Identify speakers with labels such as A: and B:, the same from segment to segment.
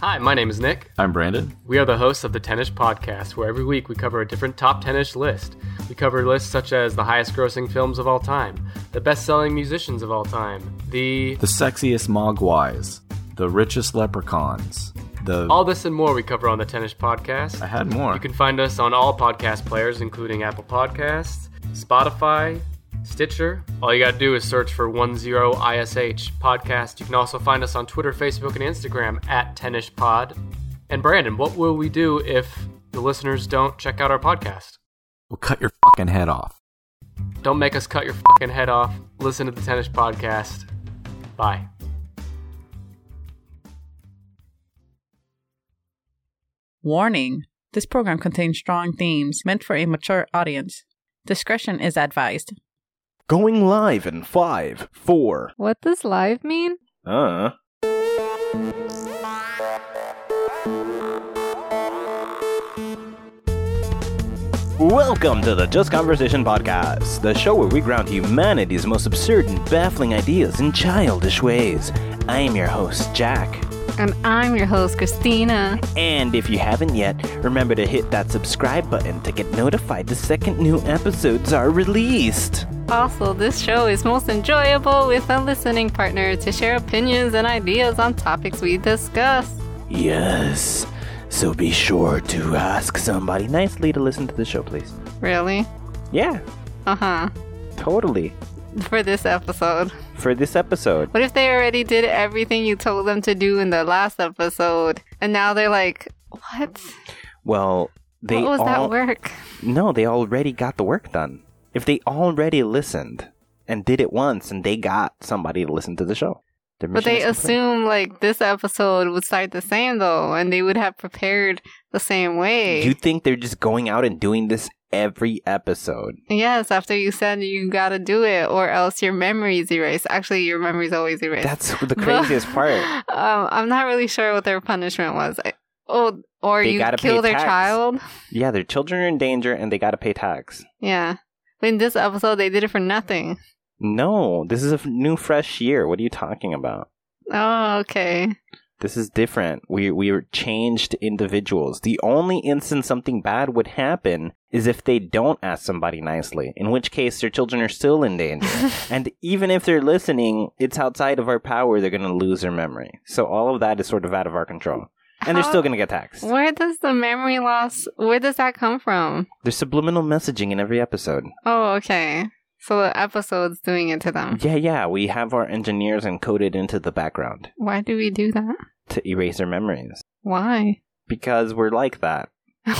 A: Hi, my name is Nick.
B: I'm Brandon.
A: We are the hosts of the Tennis Podcast, where every week we cover a different top 10ish list. We cover lists such as the highest grossing films of all time, the best selling musicians of all time, the.
B: The sexiest mogwais, the richest leprechauns, the.
A: All this and more we cover on the Tennis Podcast.
B: I had more.
A: You can find us on all podcast players, including Apple Podcasts, Spotify, Stitcher. All you got to do is search for 10ISH podcast. You can also find us on Twitter, Facebook, and Instagram at tenishpod. And Brandon, what will we do if the listeners don't check out our podcast?
B: Well, cut your fucking head off.
A: Don't make us cut your fucking head off. Listen to the Tennis Podcast. Bye.
C: Warning This program contains strong themes meant for a mature audience. Discretion is advised.
D: Going live in five, four.
E: What does live mean?
D: Uh. Welcome to the Just Conversation Podcast, the show where we ground humanity's most absurd and baffling ideas in childish ways. I am your host, Jack.
E: And I'm your host, Christina.
D: And if you haven't yet, remember to hit that subscribe button to get notified the second new episodes are released.
E: Also, this show is most enjoyable with a listening partner to share opinions and ideas on topics we discuss.
D: Yes. So be sure to ask somebody nicely to listen to the show, please.
E: Really?
D: Yeah,
E: Uh huh.
D: totally.
E: For this episode.
D: For this episode.
E: What if they already did everything you told them to do in the last episode? And now they're like, what?
D: Well, they
E: what was
D: all-
E: that work?
D: No, they already got the work done. If they already listened and did it once and they got somebody to listen to the show. their
E: But
D: mission
E: they
D: is complete.
E: assume like this episode would start the same though, and they would have prepared the same way.
D: You think they're just going out and doing this every episode?
E: Yes, after you said you gotta do it, or else your memory's erased. Actually, your memory's always erased.
D: That's the
E: But-
D: craziest part.
E: Um, I'm not really sure what their punishment was. I, oh, or
D: They
E: you
D: gotta pay
E: kill their
D: tax.
E: child.
D: Yeah, their children are in danger and they gotta pay tax.
E: Yeah. But in this episode, they did it for nothing.
D: No, this is a f- new, fresh year. What are you talking about?
E: Oh, okay.
D: This is different. We we are changed individuals. The only instance something bad would happen is if they don't ask somebody nicely, in which case their children are still in danger. and even if they're listening, it's outside of our power. They're gonna lose their memory. So all of that is sort of out of our control, and they're
E: How-
D: still gonna get taxed.
E: Where does the memory loss? Where does that come from?
D: There's subliminal messaging in every episode.
E: Oh, okay. So the episode's doing it to them.
D: Yeah, yeah, we have our engineers encoded into the background
E: Why do we do that?
D: to erase their memories
E: Why?
D: because we're like that.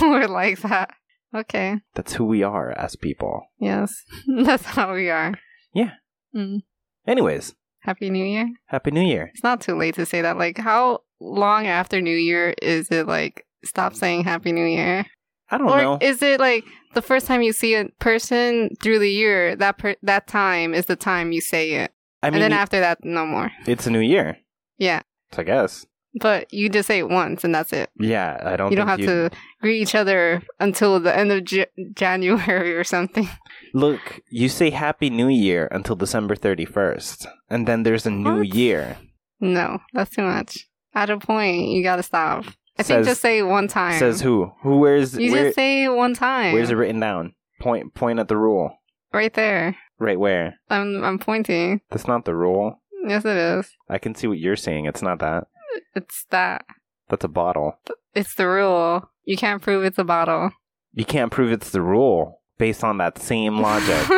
E: We're like that. Okay.
D: That's who we are as people.
E: Yes. That's how we are.
D: Yeah.
E: Mm.
D: Anyways,
E: Happy New Year.
D: Happy New Year.
E: It's not too late to say that. Like, how long after New Year is it like stop saying Happy New Year?
D: I don't
E: or
D: know.
E: is it like the first time you see a person through the year that per- that time is the time you say it,
D: I mean,
E: and then
D: y-
E: after that, no more.
D: it's a new year,
E: Yeah,
D: so I guess.
E: but you just say it once, and that's it.
D: Yeah, I don't.
E: You don't
D: think
E: have to greet each other until the end of J- January or something.
D: look. You say Happy New Year until December thirty first, and then there's a new
E: What?
D: year.
E: No, that's too much. At a point, you gotta stop. I think
D: Says-
E: just say it one time.
D: Says who? Who? Where's?
E: you
D: where,
E: just say it one time.
D: where's it written down? Point. Point at the rule.
E: right there.
D: Right where?
E: I'm I'm pointing.
D: That's not the rule.
E: Yes, it is.
D: I can see what you're saying. It's not that.
E: It's that.
D: That's a bottle.
E: It's the rule. You can't prove it's a bottle.
D: You can't prove it's the rule based on that same logic.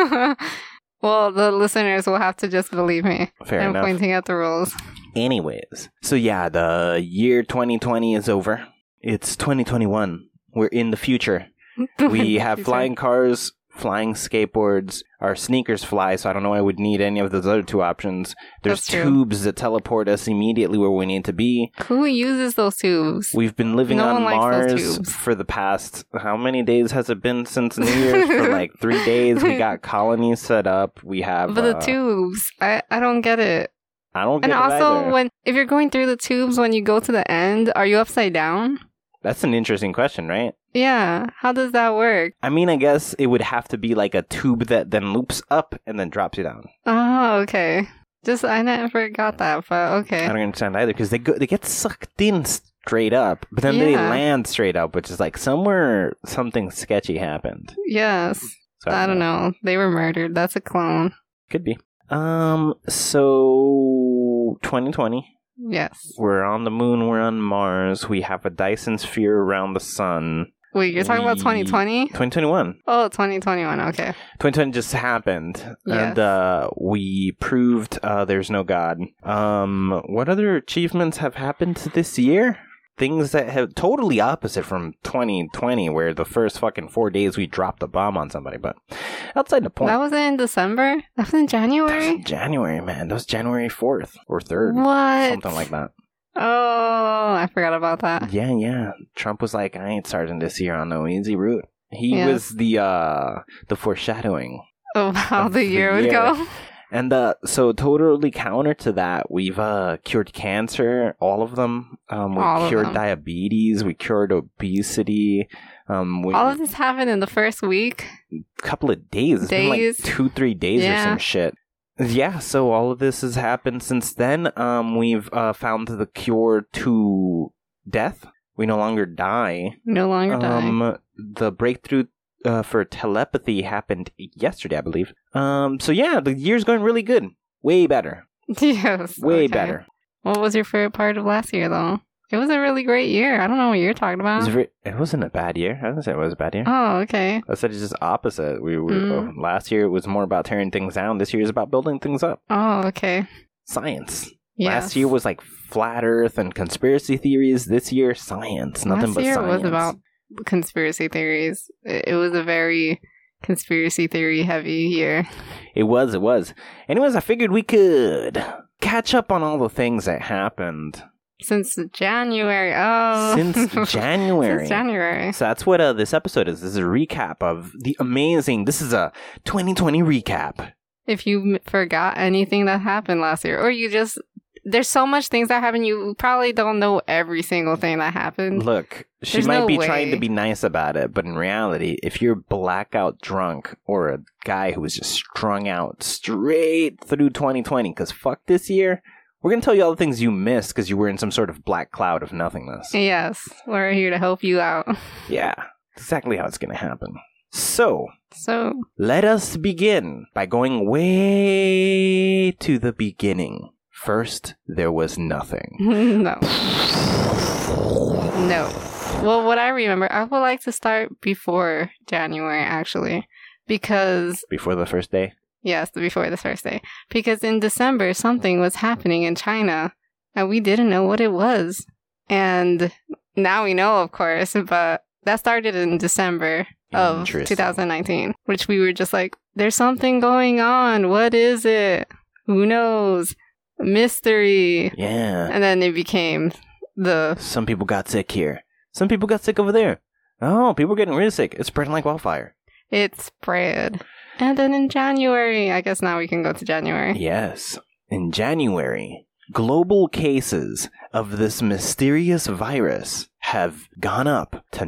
E: well, the listeners will have to just believe me.
D: Fair
E: I'm
D: enough.
E: pointing out the rules.
D: Anyways, so yeah, the year 2020 is over. It's 2021. We're in the future. We have
E: Future.
D: flying cars, flying skateboards. Our sneakers fly, so I don't know why I would need any of those other two options. There's
E: That's true.
D: tubes that teleport us immediately where we need to be.
E: Who uses those tubes?
D: We've been living
E: No
D: on
E: one likes those
D: Mars
E: tubes.
D: for the past how many days has it been since New Year's? for like three days. We got colonies set up. We have
E: But the
D: uh,
E: tubes, I, I don't get it.
D: I don't get
E: And
D: it
E: also,
D: either.
E: when if you're going through the tubes, when you go to the end, are you upside down?
D: That's an interesting question, right?
E: Yeah. How does that work?
D: I mean, I guess it would have to be like a tube that then loops up and then drops you down.
E: Oh, okay. Just I never got that, but
D: I
E: okay. Eh.
D: don't understand either because they go, they get sucked in s- straight up, but then they
E: Yeah.
D: land straight up, which is like somewhere something sketchy happened.
E: Yes.
D: So
E: I don't know. They were murdered. That's a clone.
D: Could be. Um. So 2020.
E: Yes.
D: We're on the moon. We're on Mars. We have a Dyson sphere around the sun.
E: Wait, you're talking about
D: We-
E: 2020?
D: 2021.
E: Oh, 2021. Okay.
D: 2020 just happened,
E: Yes.
D: and uh, we proved uh, there's no God. Um, what other achievements have happened this year? Things that have totally opposite from 2020, where the first fucking four days we dropped a bomb on somebody. But outside the point,
E: That wasn't in December? That was in
D: That was
E: January?
D: January, man. That was January 4th or 3rd,
E: What?
D: something like that.
E: Oh, I forgot about that.
D: Yeah, yeah. Trump was like, I ain't starting this year on no easy route. He
E: Yeah.
D: was the uh the foreshadowing.
E: Of Oh, how
D: Of
E: the
D: the
E: year would
D: year.
E: go.
D: And uh so totally counter to that, we've uh cured cancer, all of them. Um we
E: All of
D: cured
E: them.
D: diabetes, we cured obesity, um we
E: All of this happened in the first week.
D: couple of days. It's
E: Days.
D: been like two, three days
E: Yeah.
D: or some shit. Yeah, so all of this has happened since then. Um we've uh found the cure to death. We no longer die.
E: No longer dying.
D: Um, the breakthrough uh, for telepathy happened yesterday, I believe. Um, so yeah, the year's going really good. Way better.
E: yes.
D: Way
E: okay.
D: better.
E: What was your favorite part of last year, though? It was a really great year. I don't know what you're talking
D: It, was
E: about.
D: very, it wasn't a bad year. I didn't say it was a bad year.
E: Oh, okay.
D: I said it's just opposite. We were
E: Mm.
D: last year it was more about tearing things down. This year is about building things up.
E: Oh, okay.
D: Science.
E: Yes.
D: Last year was like flat Earth and conspiracy theories. This year, science. Nothing
E: Last
D: but
E: year
D: science.
E: was about conspiracy theories. It, it was a very conspiracy theory heavy year.
D: It was, it was. Anyways, I figured we could catch up on all the things that happened
E: Since January. Oh.
D: since January.
E: Since January.
D: So that's what uh, this episode is. This is a recap of the amazing. This is a 2020 recap.
E: If you m- forgot anything that happened last year, or you just. There's so much things that happened. You probably don't know every single thing that happened.
D: Look, she
E: There's
D: might
E: no
D: be
E: way.
D: trying to be nice about it, but in reality, if you're blackout drunk or a guy who was just strung out straight through 2020, because fuck this year, we're gonna tell you all the things you missed because you were in some sort of black cloud of nothingness.
E: Yes, we're here to help you out.
D: Yeah, exactly how it's gonna happen. So
E: So,
D: Let us begin by going way to the beginning. First, there was nothing.
E: no. No. Well, what I remember, I would like to start before January, actually, because,
D: Before the first day?
E: yes, before the first day. Because in December, something was happening in China, and we didn't know what it was. And now we know, of course, but that started in December of
D: Interesting.
E: 2019, which we were just like, there's something going on. What is it? Who knows? Mystery.
D: Yeah.
E: And then it became the
D: Some people got sick here. Some people got sick over there. Oh, people are getting really sick. It's spreading like wildfire.
E: It spread. And then in January, I guess now we can go to January.
D: Yes. In January, global cases of this mysterious virus have gone up to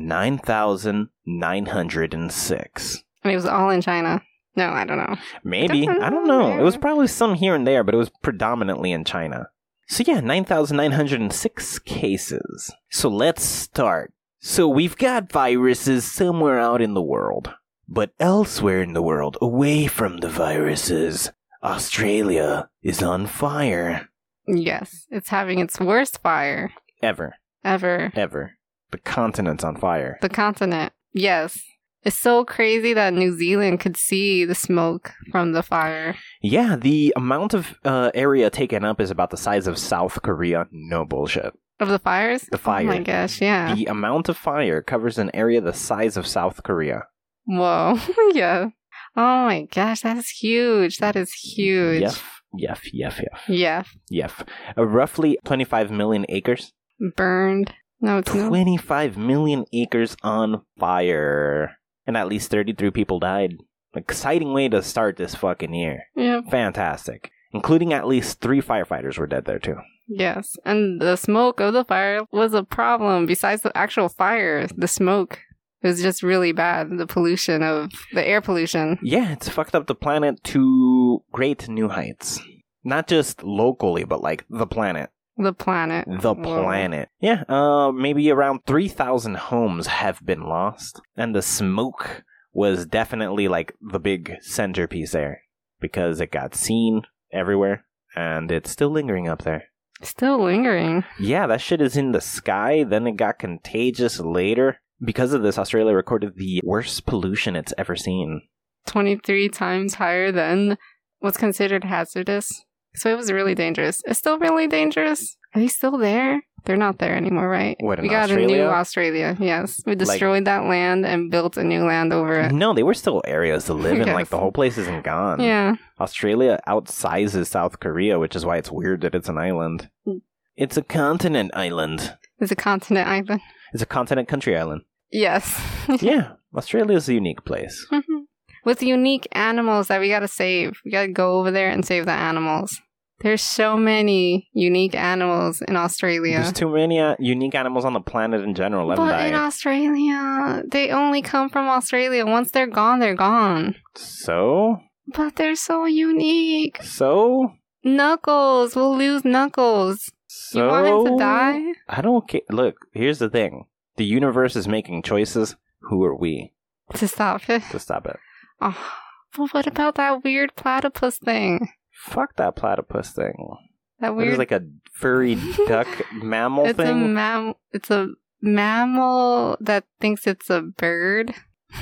D: 9,906.
E: And it was all in China. No, I don't know.
D: Maybe.
E: Don't
D: I don't know.
E: know.
D: It was probably some here and there, but it was predominantly in China. So yeah, 9,906 cases. So let's start. So we've got viruses somewhere out in the world, but elsewhere in the world, away from the viruses, Australia is on fire.
E: Yes, it's having its worst fire
D: Ever.
E: ever.
D: Ever. The continent's on fire.
E: The continent. Yes. It's so crazy that New Zealand could see the smoke from the fire.
D: Yeah, the amount of uh, area taken up is about the size of South Korea. No bullshit.
E: Of the fires?
D: The fire.
E: Oh my gosh, yeah.
D: The amount of fire covers an area the size of South Korea.
E: Whoa. yeah. Oh my gosh, that is huge. That is huge.
D: Yef, yef, yef, yef,
E: Yeah.
D: yef. Uh, roughly 25 million acres.
E: Burned. No, it's no.
D: 25 million acres on fire. And at least 33 people died. Exciting way to start this fucking year.
E: Yep.
D: Fantastic. Including at least three firefighters were dead there too.
E: Yes, and the smoke of the fire was a problem. Besides the actual fire, the smoke was just really bad. The pollution of the air pollution.
D: Yeah, it's fucked up the planet to great new heights. Not just locally, but like the planet.
E: The planet.
D: the
E: Whoa.
D: planet. Yeah, uh, maybe around 3,000 homes have been lost, and the smoke was definitely like the big centerpiece there because it got seen everywhere and it's still lingering up there.
E: Still lingering.
D: Yeah, that shit is in the sky, then it got contagious later. Because of this, Australia recorded the worst pollution it's ever seen.
E: 23 times higher than what's considered hazardous. So it was really dangerous. It's still really dangerous. Are they still there? They're not there anymore, right?
D: What, in
E: we got a
D: Australia?
E: new Australia. Yes, we destroyed that land and built a new land over it.
D: No, they were still areas to live in. Like,
E: Yes.
D: the whole place isn't gone.
E: Yeah,
D: Australia outsizes South Korea, which is why it's weird that it's an island.
E: Hmm.
D: It's a continent island.
E: it's a continent island.
D: It's a continent country island.
E: Yes,
D: yeah, Australia's a unique place.
E: Mhm. with unique animals that we gotta save. We gotta go over there and save the animals. There's so many unique animals in Australia.
D: There's too many uh, unique animals on the planet in general, haven't
E: But in
D: I?
E: Australia, they only come from Australia. Once they're gone, they're gone.
D: so?
E: But they're so unique.
D: So?
E: Knuckles, we'll lose Knuckles.
D: So?
E: You want him to die?
D: I don't care. Look, here's the thing. The universe is making choices. Who are we
E: To stop it.
D: to stop it?
E: Oh, but what about that weird platypus thing?
D: Fuck that platypus thing.
E: That
D: What is
E: weird.
D: like a furry duck mammal
E: it's a
D: thing?
E: mam. It's a mammal that thinks it's a bird.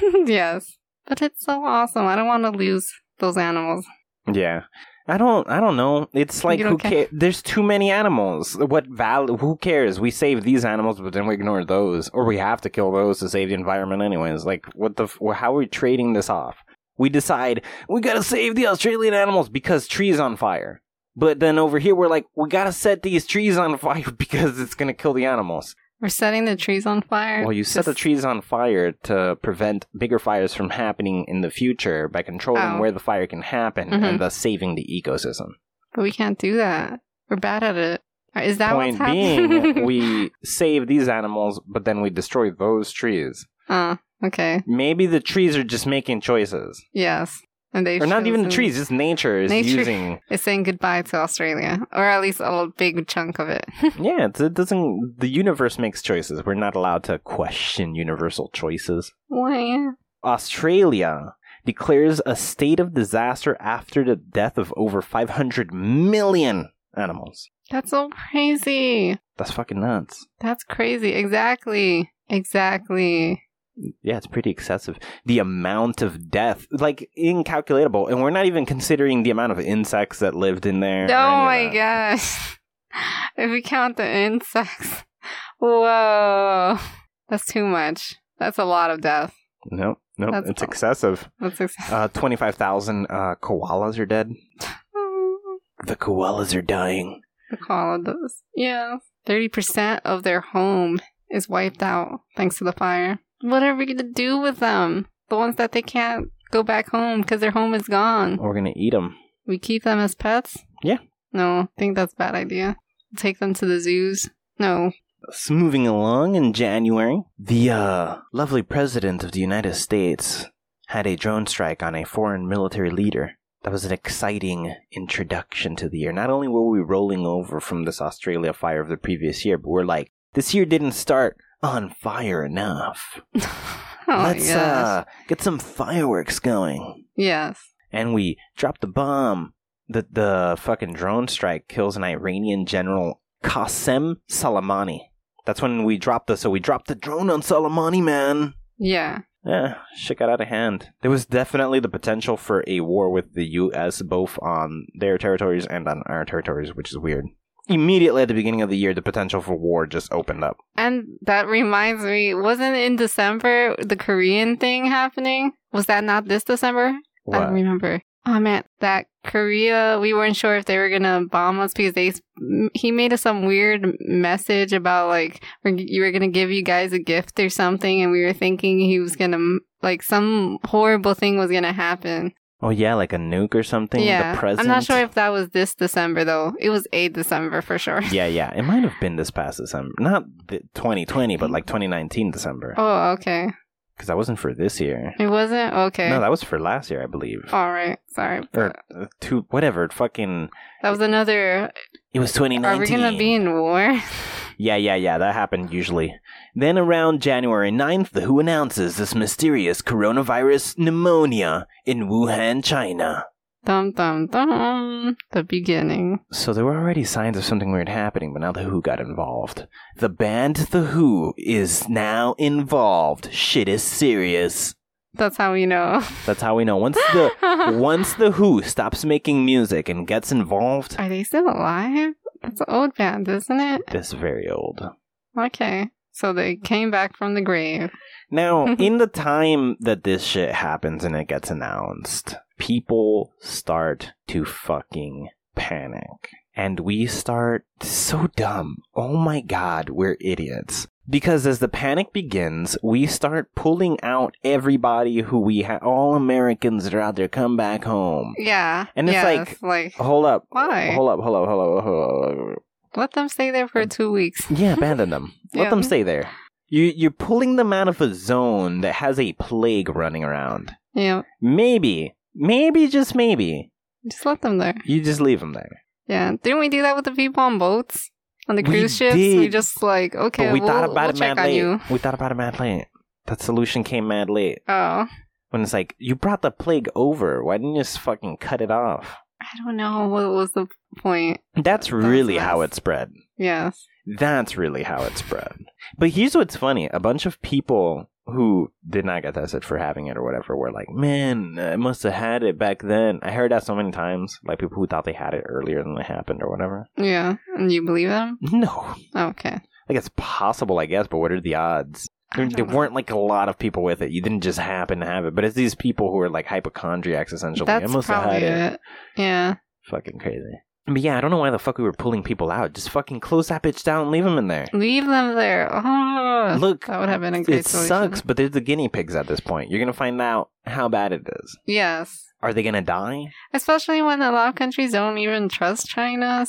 E: yes, but it's so awesome. I don't want to lose those animals.
D: Yeah. I don't I don't know. It's like
E: You
D: who
E: don't
D: cares?
E: care?
D: There's too many animals. What val who cares? We save these animals but then we ignore those or we have to kill those to save the environment anyways. Like what the f- how are we trading this off? We decide we got to save the Australian animals because trees on fire. But then over here we're like we got to set these trees on fire because it's going to kill the animals.
E: We're setting the trees on fire.
D: Well, you set the
E: Just-
D: trees on fire to prevent bigger fires from happening in the future by controlling
E: Oh.
D: where the fire can happen
E: Mhm.
D: and thus saving the ecosystem.
E: But we can't do that. We're bad at it. Uh, Is that
D: Point
E: what's happening?
D: being, we save these animals, but then we destroy those trees.
E: Oh, okay.
D: Maybe the trees are just making choices,
E: Yes. And they
D: or not even the
E: chosen-
D: trees. Just nature is
E: Nature.
D: using.
E: It's saying goodbye to Australia, or at least a big chunk of it.
D: Yeah, it's- it doesn't. The universe makes choices. We're not allowed to question universal choices.
E: Why?
D: Australia declares a state of disaster after the death of over 500 million animals.
E: That's so crazy.
D: That's fucking nuts.
E: That's crazy. Exactly. Exactly.
D: Yeah, it's pretty excessive. The amount of death, like incalculable, and we're not even considering the amount of insects that lived in there.
E: Oh
D: or any
E: my
D: of that.
E: gosh. If we count the insects, whoa, that's too much. That's a lot of death.
D: No, no,
E: That's
D: it's
E: all.
D: excessive.
E: That's excessive.
D: Uh, Twenty-five thousand uh, koalas are dead. The koalas are dying.
E: the call of those. Yeah. 30% of their home is wiped out thanks to the fire. What are we going to do with them? The ones that they can't go back home because their home is gone.
D: We're gonna eat them.
E: We keep them as pets?
D: Yeah.
E: No, I think that's a bad idea. Take them to the zoos? No.
D: moving along in January, the uh, lovely president of the United States had a drone strike on a foreign military leader. That was an exciting introduction to the year. Not only were we rolling over from this Australia fire of the previous year, but we're like, this year didn't start on fire enough.
E: oh,
D: Let's
E: yes.
D: uh, get some fireworks going.
E: yes.
D: And we dropped the bomb. The, the fucking drone strike kills an Iranian general, Qasem Soleimani. That's when we dropped the so we dropped the drone on Soleimani, man.
E: Yeah.
D: Yeah, shit got out of hand. There was definitely the potential for a war with the U.S. both on their territories and on our territories, which is weird. Immediately at the beginning of the year, the potential for war just opened up.
E: And that reminds me, wasn't in December the Korean thing happening? Was that not this December? I don't remember. Oh man, that Korea, we weren't sure if they were gonna bomb us because they he made us some weird message about like we're, you were gonna give you guys a gift or something, and we were thinking he was gonna like some horrible thing was gonna happen.
D: Oh yeah, like a nuke or something.
E: yeah,
D: the president.
E: I'm not sure if that was this December though. It was a December for sure.
D: yeah, yeah. It might have been this past December, not the 2020, but like 2019 December.
E: Oh, okay.
D: because that wasn't for this year.
E: It wasn't? Okay. Oh,
D: No, that was for last year, I believe.
E: All right. Sorry.
D: or uh, two, whatever. Fucking.
E: That was another.
D: It was 2019.
E: Are we going to be in war?
D: Yeah, yeah, yeah, that happened usually. Then around January 9th, The Who announces this mysterious coronavirus pneumonia in Wuhan, China.
E: dum, dum, dum. The beginning.
D: So there were already signs of something weird happening, but now The Who got involved. The band The Who is now involved. Shit is serious.
E: That's how we know.
D: That's how we know. Once the once The Who stops making music and gets involved,
E: Are they still alive? That's an old band, isn't it?
D: this very old.
E: Okay. So they came back from the grave.
D: Now, in the time that this shit happens and it gets announced, people start to fucking panic. And we start so dumb. Oh my god, we're idiots. Because as the panic begins, we start pulling out everybody who we ha- all Americans that are out there come back home.
E: Yeah.
D: And it's
E: yes, like,
D: Hold up.
E: Why?
D: Hold up, hold up, hold up, hold up.
E: let them stay there for two weeks.
D: Yeah, abandon them. Let
E: Yeah.
D: them stay there. You you're pulling them out of a zone that has a plague running around.
E: Yeah.
D: Maybe, maybe just maybe,
E: Just let them there.
D: you just leave them there.
E: Yeah. Didn't we do that with the people on boats? On the
D: We
E: cruise ships? We
D: did.
E: just like, okay,
D: but we
E: we'll,
D: thought about
E: we'll
D: it
E: check
D: mad
E: on
D: late.
E: you.
D: We thought about it mad late. That solution came mad late.
E: Oh.
D: When it's like you brought the plague over, why didn't you just fucking cut it off?
E: I don't know what was the point.
D: That's
E: That was
D: really
E: nice.
D: how it spread.
E: Yes.
D: That's really how it spread. But here's what's funny: a bunch of people who did not get tested for having it or whatever were like, "Man, I must have had it back then." I heard that so many times, like people who thought they had it earlier than it happened or whatever.
E: Yeah. And you believe them?
D: No,
E: Okay.
D: like it's possible, I guess, but what are the odds?
E: I
D: There,
E: don't
D: there
E: know.
D: weren't like a lot of people with it. You didn't just happen to have it. But it's these people who are like hypochondriacs essentially. I
E: That's
D: must have
E: probably
D: had it.
E: it. Yeah.
D: Fucking crazy. But yeah, I don't know why the fuck we were pulling people out. Just fucking close that bitch down and leave them in there.
E: Leave them there. Oh,
D: Look,
E: that would have been a great
D: It
E: solution.
D: sucks, but they're the guinea pigs at this point. You're gonna find out how bad it is.
E: Yes.
D: Are they gonna die?
E: Especially when a lot of countries don't even trust China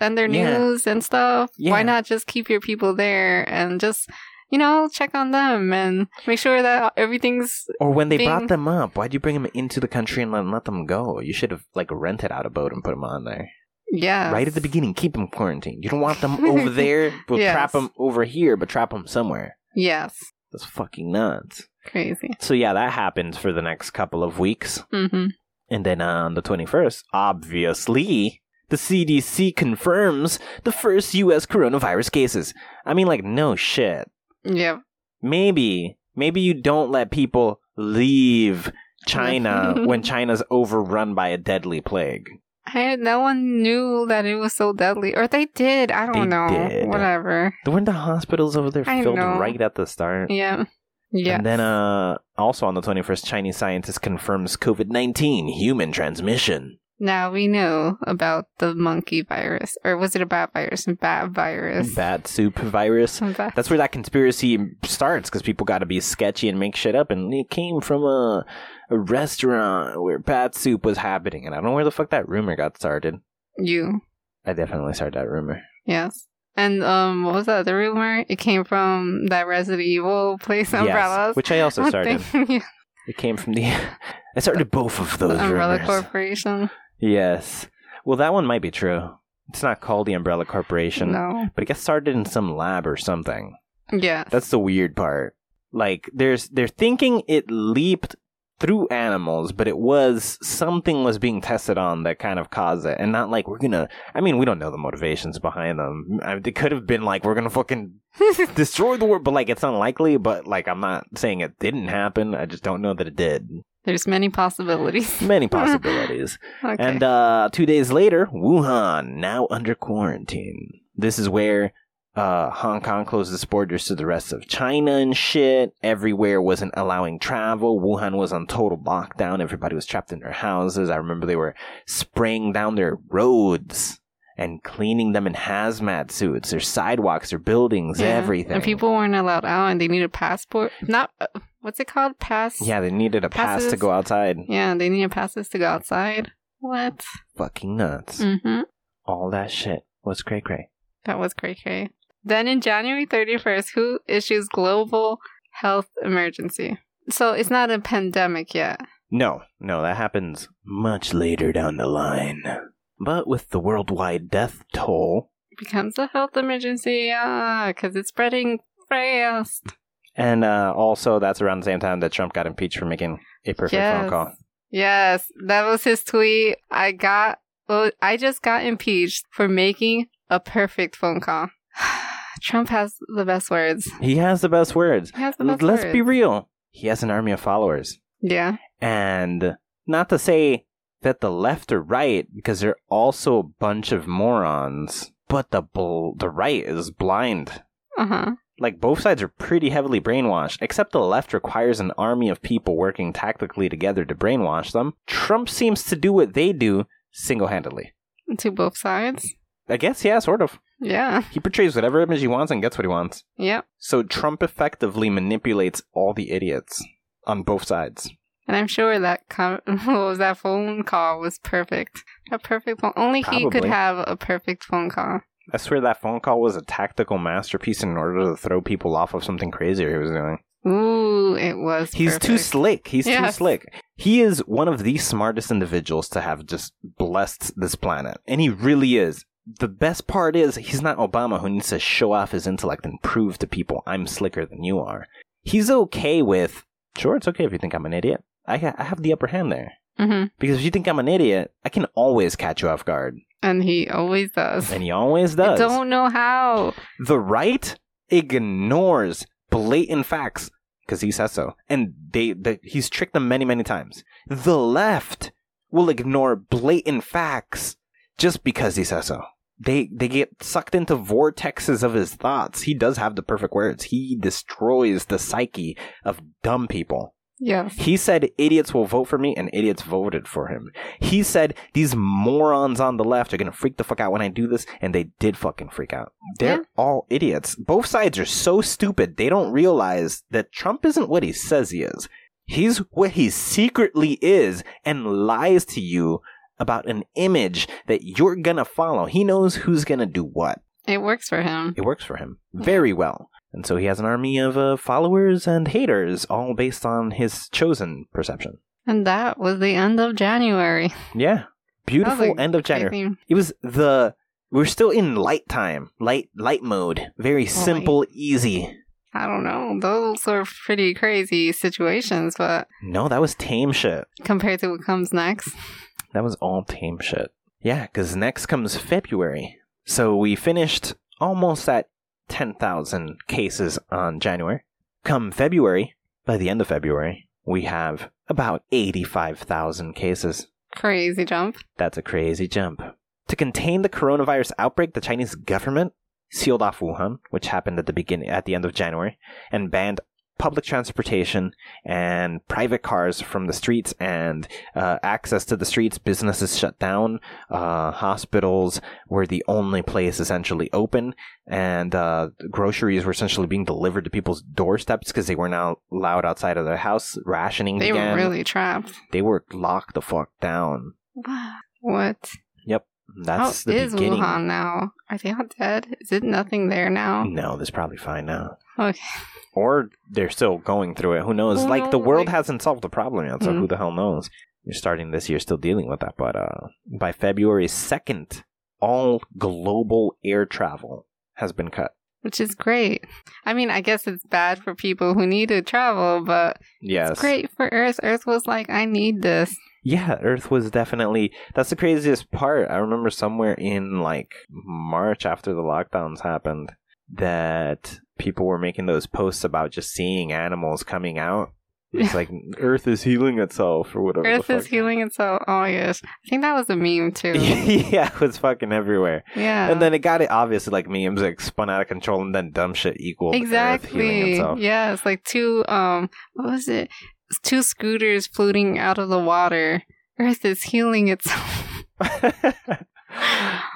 E: and their
D: Yeah.
E: news and stuff. Why
D: Yeah.
E: not just keep your people there and just, you know, check on them and make sure that everything's.
D: Or when they brought
E: Being-
D: them up, why'd you bring them into the country and let, let them go? You should have like rented out a boat and put them on there
E: Yeah.
D: right at the beginning. Keep them quarantined. You don't want them over there. We'll
E: Yes.
D: trap them over here, but trap them somewhere.
E: Yes.
D: That's fucking nuts.
E: Crazy.
D: So yeah, that happens for the next couple of weeks,
E: Mm-hmm.
D: and then on the 21st, obviously. The CDC confirms the first US coronavirus cases. I mean, like, no shit.
E: Yep.
D: maybe maybe you don't let people leave China when China's overrun by a deadly plague.
E: I, no one knew that it was so deadly. Or they did. I don't
D: They
E: know.
D: did.
E: Whatever.
D: Weren't the hospitals over there
E: I
D: filled
E: know.
D: right at the start?
E: Yeah. Yeah.
D: And then, uh, also on the 21st, Chinese scientist confirms COVID 19 human transmission.
E: Now we know about the monkey virus, or was it a bat virus? Bat virus.
D: Bat soup virus.
E: Some bat-
D: That's where that conspiracy starts because people got to be sketchy and make shit up. And it came from a, a restaurant where bat soup was happening. And I don't know where the fuck that rumor got started.
E: you.
D: I definitely started that rumor.
E: Yes. And um, what was that? The rumor it came from that Resident Evil place umbrellas.
D: which I also
E: I
D: started.
E: think- yeah,
D: It came from the. I started both of
E: the
D: those
E: Umbrella
D: rumors.
E: Corporation.
D: Yes. Well, that one might be true. It's not called the Umbrella Corporation,
E: No.
D: but it got started in some lab or something.
E: Yes.
D: That's the weird part. Like, there's they're thinking it leaped through animals, but it was something was being tested on that kind of caused it, and not like we're gonna. I mean, we don't know the motivations behind them. I, it could have been like we're gonna fucking destroy the world, but like it's unlikely. But like, I'm not saying it didn't happen. I just don't know that it did.
E: There's many possibilities.
D: Many possibilities.
E: Okay.
D: And uh, two days later, Wuhan, now under quarantine. This is where uh, Hong Kong closes its borders to the rest of China and shit. Everywhere wasn't allowing travel. Wuhan was on total lockdown. Everybody was trapped in their houses. I remember they were spraying down their roads and cleaning them in hazmat suits, their sidewalks, their buildings,
E: Yeah.
D: everything.
E: And people weren't allowed out, and they need a passport. Not uh, what's it called? Pass.
D: yeah, they needed a pass to
E: Passes. Mm.
D: go outside.
E: Yeah. They need passes to go outside. What?
D: Fucking nuts.
E: Mm-hmm.
D: All that shit was cray cray.
E: That was cray cray. Then in January 31st, WHO issues global health emergency. So it's not a pandemic yet.
D: No, no, that happens much later down the line. But with the worldwide death toll,
E: Becomes a health emergency, yeah, because it's spreading fast.
D: and uh, also that's around the same time that Trump got impeached for making a perfect phone
E: Yes.
D: call.
E: Yes, that was his tweet. I got, well, I just got impeached for making a perfect phone call. Trump has the best words.
D: He has the best words.
E: He has the best
D: Let's
E: words.
D: be real. He has an army of followers.
E: Yeah.
D: And not to say that the left or right, because they're also a bunch of morons, but the bl- the right is blind.
E: Uh huh.
D: Like both sides are pretty heavily brainwashed, except the left requires an army of people working tactically together to brainwash them. Trump seems to do what they do single handedly.
E: To both sides.
D: I guess, yeah, sort of.
E: Yeah.
D: He portrays whatever image he wants and gets what he wants.
E: Yep.
D: So Trump effectively manipulates all the idiots on both sides.
E: And I'm sure that com- what was that phone call was perfect. A perfect phone. Only he could
D: Probably.
E: have a perfect phone call.
D: I swear that phone call was a tactical masterpiece in order to throw people off of something crazier he was doing.
E: Ooh, it was.
D: He's too
E: perfect.
D: slick. He's too
E: Yes.
D: slick. He is one of the smartest individuals to have just blessed this planet. And he really is. The best part is he's not Obama who needs to show off his intellect and prove to people I'm slicker than you are. He's okay with sure it's okay if you think I'm an idiot. I ha- I have the upper hand there.
E: Mhm.
D: Because if you think I'm an idiot, I can always catch you off guard.
E: And he always does.
D: And he always does.
E: I don't know how.
D: The right ignores blatant facts because he says so, and they, they he's tricked them many, many times. The left will ignore blatant facts just because he says so. They they get sucked into vortexes of his thoughts. He does have the perfect words. He destroys the psyche of dumb people.
E: Yes.
D: He said idiots will vote for me, and idiots voted for him. He said these morons on the left are gonna freak the fuck out when I do this, and they did fucking freak out. They're
E: Yeah.
D: all idiots. Both sides are so stupid they don't realize that Trump isn't what he says he is. He's what he secretly is and lies to you about an image that you're gonna follow. He knows who's gonna do what.
E: It works for him.
D: It works for him very well. And so he has an army of uh, followers and haters, all based on his chosen perception.
E: And that was the end of January.
D: Yeah.
E: That was
D: Beautiful
E: like
D: end of January.
E: crazy.
D: It was the we're still in light time, light light mode. Very simple, easy.
E: I don't know. Those are pretty crazy situations, but
D: No, that was tame shit.
E: compared to what comes next,
D: That was all tame shit. Yeah, because next comes February. So we finished almost at 10,000 cases on January. Come February, by the end of February, we have about 85,000 cases.
E: crazy jump.
D: That's a crazy jump. To contain the coronavirus outbreak, the Chinese government sealed off Wuhan, which happened at the beginning at the end of January, and banned public transportation and private cars from the streets and uh, access to the streets. Businesses shut down. Uh, hospitals were the only place essentially open, and uh, groceries were essentially being delivered to people's doorsteps because they were not allowed outside of their house. Rationing
E: They
D: began.
E: were really trapped.
D: they were locked the fuck down.
E: What?
D: That's
E: How
D: the
E: Oh, is
D: beginning.
E: Wuhan now? Are they all dead? Is it nothing there now?
D: No, that's probably fine now.
E: Okay.
D: Or they're still going through it. Who knows?
E: Who
D: like the
E: knows?
D: world
E: Like-
D: hasn't solved the problem yet, so
E: Mm.
D: who the hell knows? You're starting this year still dealing with that, but uh, by February second, all global air travel has been cut.
E: Which is great. I mean, I guess it's bad for people who need to travel, but
D: Yes.
E: it's great for Earth. Earth was like, I need this.
D: Yeah, Earth was definitely that's the craziest part. I remember somewhere in like March after the lockdowns happened that people were making those posts about just seeing animals coming out. It's like Earth is healing itself or whatever. the
E: Earth is
D: fuck.
E: healing itself. Oh my gosh. I think that was a meme too.
D: yeah, it was fucking everywhere.
E: yeah.
D: And then it got it obviously like memes like spun out of control and then dumb shit equaled Earth healing
E: exactly.
D: itself.
E: Yeah, it's like two um what was it? It's Two scooters floating out of the water. Earth is healing itself.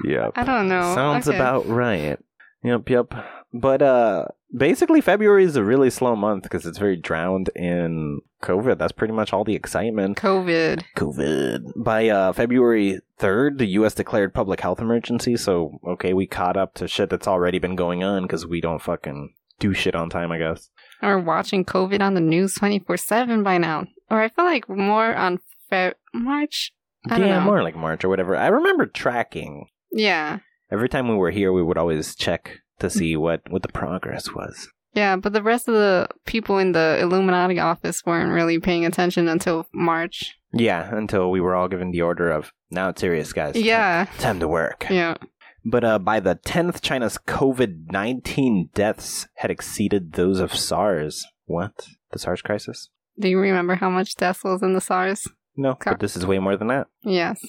D: yep.
E: I don't know.
D: Sounds
E: Oh, Okay.
D: about right. Yep, yep. But uh basically February is a really slow month because it's very drowned in COVID. That's pretty much all the excitement.
E: COVID.
D: COVID. By uh February 3rd, the US declared public health emergency, so okay, we caught up to shit that's already been going on cuz we don't fucking do shit on time, I guess.
E: And we're watching COVID on the news 24 7 by now. Or I feel like more on Fe- March. I don't
D: yeah,
E: know.
D: more like March or whatever. I remember tracking.
E: Yeah.
D: Every time we were here, we would always check
E: Mm.
D: to see what, what the progress was.
E: Yeah, but the rest of the people in the Illuminati office weren't really paying attention until March.
D: Yeah, until we were all given the order of, now it's serious, guys.
E: yeah.
D: Time to work.
E: Yeah.
D: But uh, by the 10th, China's COVID 19 deaths had exceeded those of SARS. What? The SARS crisis?
E: Do you remember how much death was in the SARS?
D: No,
E: Cor-
D: but this is way more than that.
E: Yes.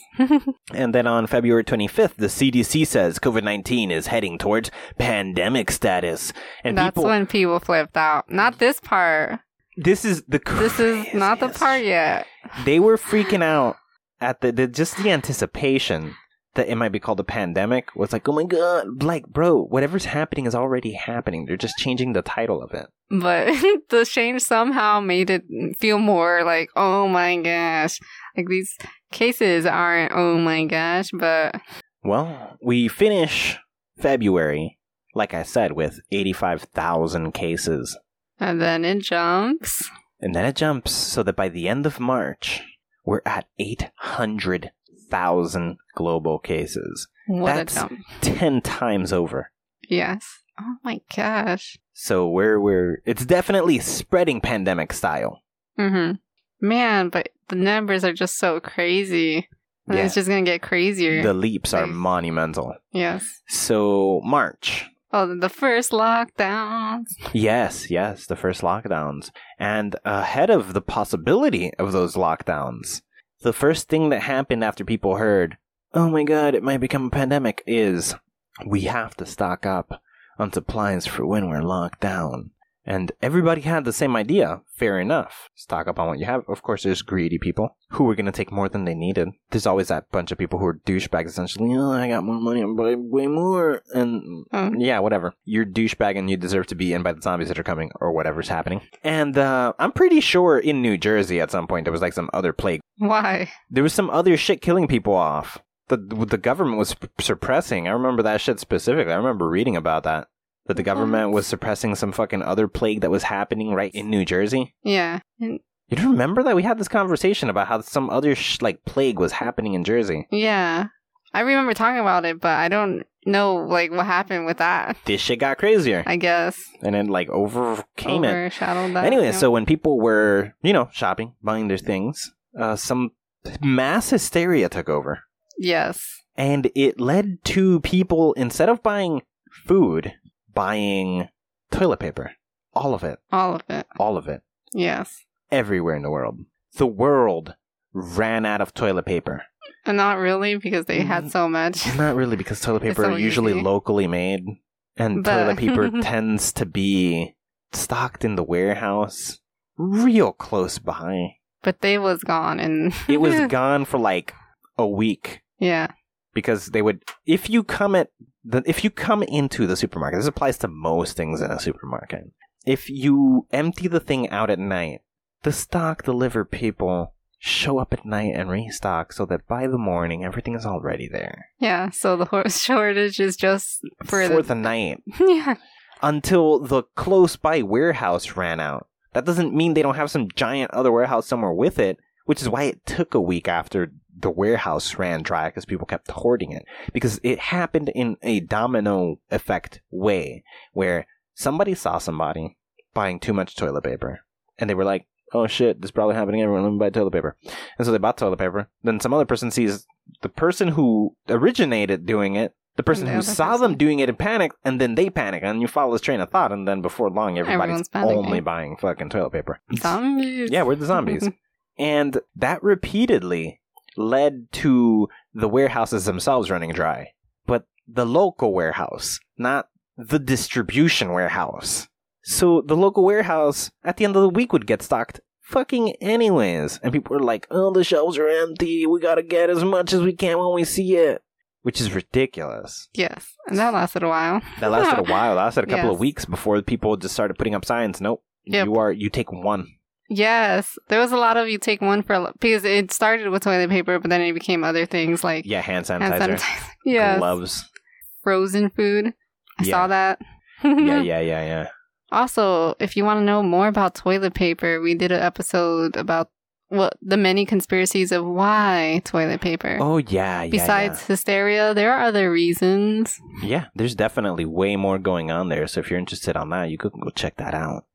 D: And then on February 25th, the CDC says COVID 19 is heading towards pandemic status. And
E: That's
D: people.
E: when people flipped out. Not this part.
D: this is the.
E: This is not the
D: craziest
E: part yet.
D: they were freaking out at the, the just the anticipation that it might be called a pandemic was like, oh my god, like bro, whatever's happening is already happening. They're just changing the title of it.
E: But the change somehow made it feel more like, oh my gosh. Like these cases aren't, oh my gosh. But
D: Well, we finish February, like I said, with eighty-five thousand cases,
E: and then it jumps.
D: and then it jumps so that by the end of March, we're at eight hundred thousand global cases,
E: What
D: That's-
E: a jump.
D: ten times over.
E: Yes. Oh my gosh.
D: So we're we're it's definitely spreading pandemic style.
E: Mm-hmm. Man, but the numbers are just so crazy. And
D: Yeah.
E: it's just going to get crazier.
D: The leaps are
E: Nice.
D: monumental.
E: yes.
D: So March.
E: Oh, the first lockdown.
D: Yes, yes, the first lockdowns. And ahead of the possibility of those lockdowns, the first thing that happened after people heard, "Oh my god, it might become a pandemic" is we have to stock up on supplies for when we're locked down. And everybody had the same idea. Fair enough. Stock up on what you have. Of course, there's greedy people who were going to take more than they needed. There's always that bunch of people who are douchebags, essentially. Oh, I got more money. I'm buying way more. And
E: Mm.
D: yeah, whatever. You're douchebag and you deserve to be in by the zombies that are coming or whatever's happening. And uh, I'm pretty sure in New Jersey at some point there was like some other plague.
E: Why?
D: There was some other shit killing people off. The, the government was sup- suppressing. I remember that shit specifically. I remember reading about that. That the government was suppressing some fucking other plague that was happening right in New Jersey.
E: Yeah. And-
D: You don't remember that? We had this conversation about how some other sh- like plague was happening in Jersey.
E: Yeah. I remember talking about it, but I don't know like what happened with that.
D: This shit got crazier.
E: I guess
D: and then like overcame it.
E: overshadowed that.
D: anyway,
E: yeah.
D: so when people were, you know, shopping, buying their things, uh, some mass hysteria took over.
E: yes,
D: And it led to people, instead of buying food, buying toilet paper. All of it.
E: all of it.
D: All of it.
E: Yes,
D: Everywhere in the world. The world ran out of toilet paper.
E: and not really because they
D: Mm-hmm.
E: had so much.
D: Not really, because toilet
E: It's
D: paper
E: so
D: are usually
E: easy.
D: locally made, and
E: But-
D: toilet paper tends to be stocked in the warehouse real close by.
E: But they was gone, and
D: It was gone for like a week
E: yeah,
D: because they would if you come at the if you come into the supermarket. This applies to most things in a supermarket. If you empty the thing out at night, the stock deliver people show up at night and restock so that by the morning everything is already there
E: yeah. So the horse shortage is just for,
D: for the night.
E: yeah,
D: until the close by warehouse ran out. That doesn't mean they don't have some giant other warehouse somewhere with it, which is why it took a week after the warehouse ran dry because people kept hoarding it. Because it happened in a domino effect way where somebody saw somebody buying too much toilet paper and they were like, oh shit, this is probably happening to everyone. Let me buy toilet paper. And so they bought toilet paper. Then some other person sees the person who originated doing it, the person
E: the
D: who
E: other
D: saw
E: person.
D: them doing it in panic, and then they panic, and you follow this train of thought, and then before long, everybody's
E: Everyone's panicking.
D: only buying fucking toilet paper.
E: zombies.
D: Yeah, we're the zombies. and that repeatedly led to the warehouses themselves running dry, but the local warehouse, not the distribution warehouse. So the local warehouse at the end of the week would get stocked fucking anyways. And people were like, oh, the shelves are empty. We gotta get as much as we can when we see it. Which is ridiculous.
E: yes, and that lasted a while.
D: That lasted a while. That lasted a couple
E: Yes.
D: of weeks before people just started putting up signs. Nope.
E: Yep.
D: You are, you take one.
E: Yes, there was a lot of you take one for a lo- because it started with toilet paper, but then it became other things like
D: Yeah, hand
E: hand
D: sanitizer.
E: sanitizer. Yes.
D: Gloves.
E: frozen food. I
D: Yeah.
E: saw that.
D: yeah, yeah, yeah, yeah.
E: Also, if you want to know more about toilet paper, we did an episode about well, the many conspiracies of why toilet paper.
D: Oh yeah, yeah.
E: Besides hysteria, there are other reasons.
D: yeah. yeah, there's definitely way more going on there. So if you're interested on that, you could go check that out.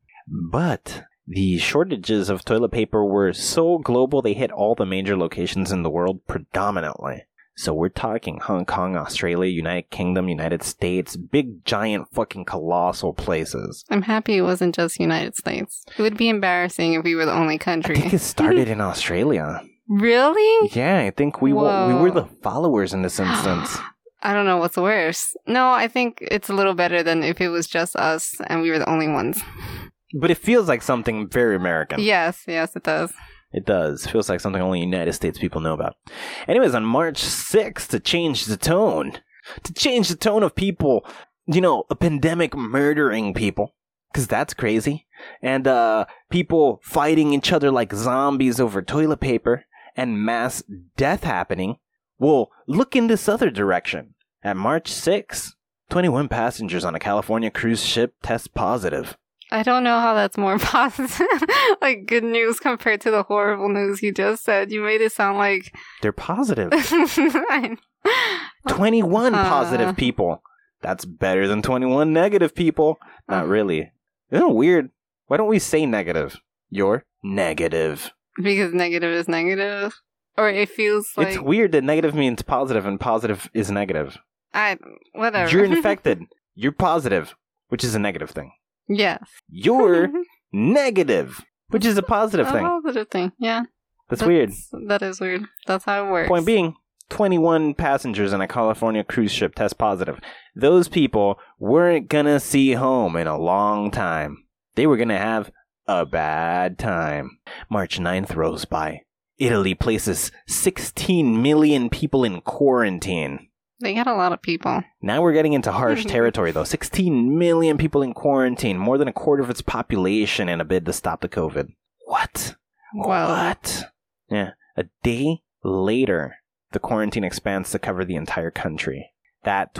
D: But the shortages of toilet paper were so global they hit all the major locations in the world predominantly. So we're talking Hong Kong, Australia, United Kingdom, United States, big giant fucking colossal places.
E: I'm happy it wasn't just United States. It would be embarrassing if we were the only
D: I think
E: country.
D: it started in Australia.
E: Really?
D: Yeah, I think we were, we were
E: Whoa.
D: the followers in this instance.
E: I don't know what's worse. No, I think it's a little better than if it was just us and we were the only ones.
D: but it feels like something very American.
E: Yes, yes, it does.
D: It does. Feels like something only United States people know about. Anyways, on March 6th, to change the tone, to change the tone of people, you know, a pandemic murdering people, because that's crazy, and uh, people fighting each other like zombies over toilet paper, and mass death happening. Well, look in this other direction. At March 6th, 21 passengers on a California cruise ship test positive.
E: I don't know how that's more positive, like good news compared to the horrible news you just said. You made it sound like
D: They're positive.
E: I-
D: 21
E: Uh.
D: positive people. That's better than 21 negative people. Not
E: Uh.
D: really. Oh, weird. Why don't we say negative? You're negative.
E: because negative is negative, or it feels like
D: it's weird that negative means positive and positive is negative.
E: I whatever.
D: You're infected. You're positive, which is a negative thing.
E: yes.
D: You're negative, which is a positive
E: A
D: thing.
E: positive thing. Yeah.
D: That's weird.
E: That is weird. That's how it works.
D: Point being, 21 passengers on a California cruise ship test positive. Those people weren't gonna see home in a long time. They were gonna have a bad time. March 9th rolls by. Italy places 16 million people in quarantine.
E: They got a lot of people.
D: Now we're getting into harsh territory, though. 16 million people in quarantine, more than a quarter of its population, in a bid to stop the COVID. What?
E: Wow.
D: What? Yeah. A day later, the quarantine expands to cover the entire country. That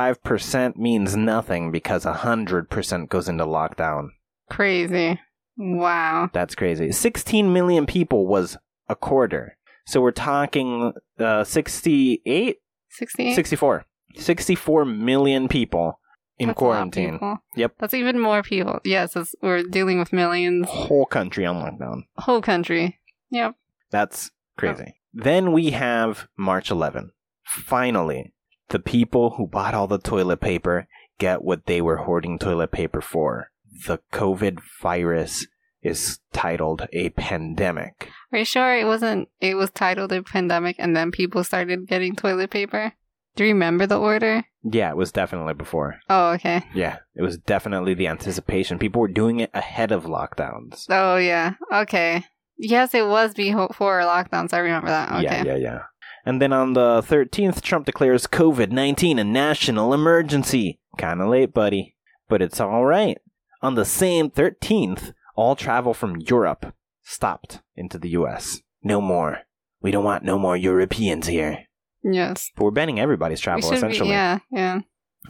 D: 25% means nothing because 100% goes into lockdown.
E: Crazy. Wow.
D: That's crazy. 16 million people was a quarter. So we're talking uh, 68,
E: 68?
D: 64. 64 million people in
E: That's a lot of
D: quarantine.
E: people.
D: Yep.
E: That's even more people. Yes, it's, we're dealing with millions.
D: Whole country on lockdown.
E: Whole country. Yep.
D: That's crazy. Then we have March 11. Finally, the people who bought all the toilet paper get what they were hoarding toilet paper for. The COVID virus is titled a pandemic.
E: Are you sure it wasn't? It was titled a pandemic, and then people started getting toilet paper. Do you remember the order?
D: Yeah, it was definitely before.
E: Oh, okay.
D: Yeah, it was definitely the anticipation. People were doing it ahead of lockdowns.
E: Oh, yeah. Okay. Yes, it was before lockdowns. I remember that. Okay.
D: Yeah, yeah, yeah. And then on the 13th, Trump declares COVID 19 a national emergency. Kinda late, buddy. But it's alright. On the same 13th, all travel from Europe stopped into the US. No more. We don't want no more Europeans here.
E: Yes.
D: But we're banning everybody's travel,
E: we should be.
D: essentially.
E: Yeah, yeah.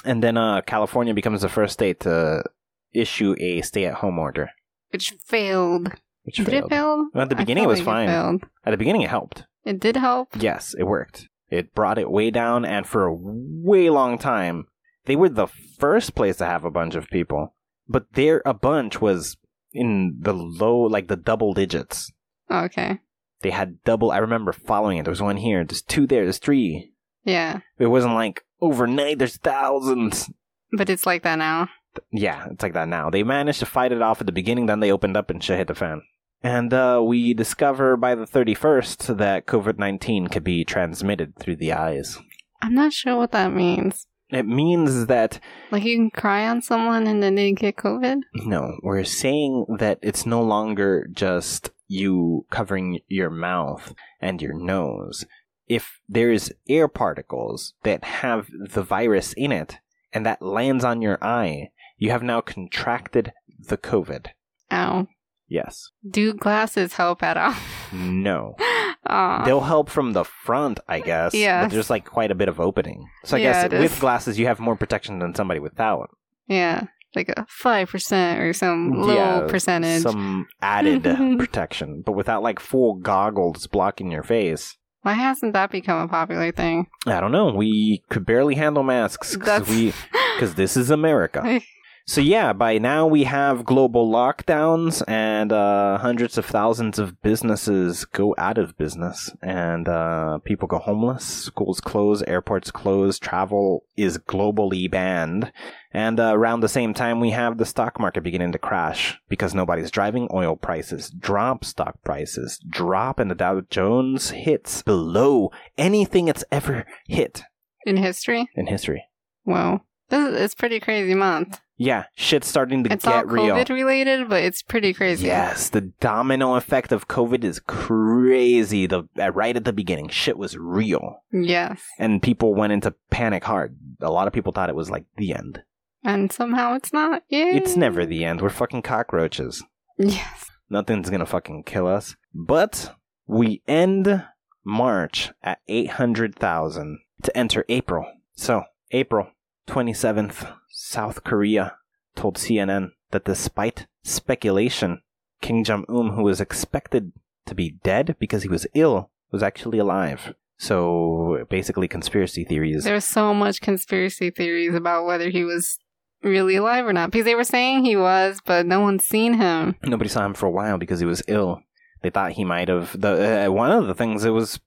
D: And then uh, California becomes the first state to issue a stay at home order,
E: Which failed.
D: which
E: Did
D: failed.
E: it fail?
D: At the
E: I
D: beginning, it
E: felt
D: was
E: like
D: fine.
E: failed.
D: At the beginning, it helped.
E: It did help.
D: Yes, it worked. It brought it way down, and for a way long time, they were the first place to have a bunch of people. But their a bunch was in the low, like the double digits.
E: Okay.
D: They had double. I remember following it. There was one here. There's two there. There's three.
E: Yeah.
D: It wasn't like overnight. There's thousands.
E: But it's like that now.
D: Yeah, it's like that now. They managed to fight it off at the beginning, then they opened up and shit hit the fan. And uh, we discover by the 31st that COVID 19 could be transmitted through the eyes.
E: I'm not sure what that means.
D: It means that
E: Like you can cry on someone and then they get COVID?
D: no, we're saying that it's no longer just you covering your mouth and your nose. If there's air particles that have the virus in it and that lands on your eye, you have now contracted the COVID.
E: Ow.
D: Yes.
E: Do glasses help at all?
D: No.
E: Aw.
D: They'll help from the front, I guess. But
E: Yes.
D: there's like quite a bit of opening. So I
E: Yeah,
D: guess
E: it
D: with
E: is.
D: glasses, you have more protection than somebody without.
E: Yeah. like a five percent or some low
D: Yeah,
E: percentage.
D: Some added uh, protection, but without like full goggles blocking your face.
E: Why hasn't that become a popular thing?
D: I don't know. We could barely handle masks because
E: That's-
D: we because this is America. So yeah, by now we have global lockdowns and uh, hundreds of thousands of businesses go out of business and uh, people go homeless. Schools close, airports close, travel is globally banned. And uh, around the same time, we have the stock market beginning to crash because nobody's driving. Oil prices drop, stock prices drop, and the Dow Jones hits below anything it's ever hit
E: In history?
D: in history.
E: Wow. This is, it's pretty crazy month.
D: Yeah, shit's starting to
E: it's all
D: get real.
E: COVID related, but it's pretty crazy.
D: Yes, the domino effect of COVID is crazy. The uh, right at the beginning, shit was real,
E: Yes.
D: and people went into panic hard. A lot of people thought it was like the end.
E: And somehow it's not. Yay.
D: It's never the end. We're fucking cockroaches.
E: Yes.
D: Nothing's gonna fucking kill us. But we end March at eight hundred thousand to enter April. So April twenty seventh, South Korea told CNN that despite speculation, Kim Jong Un, who was expected to be dead because he was ill, was actually alive. So basically, conspiracy theories.
E: There's so much conspiracy theories about whether he was really alive or not because they were saying he was, but no one's seen him.
D: nobody saw him for a while because he was ill. They thought he might have the uh, one of the things it was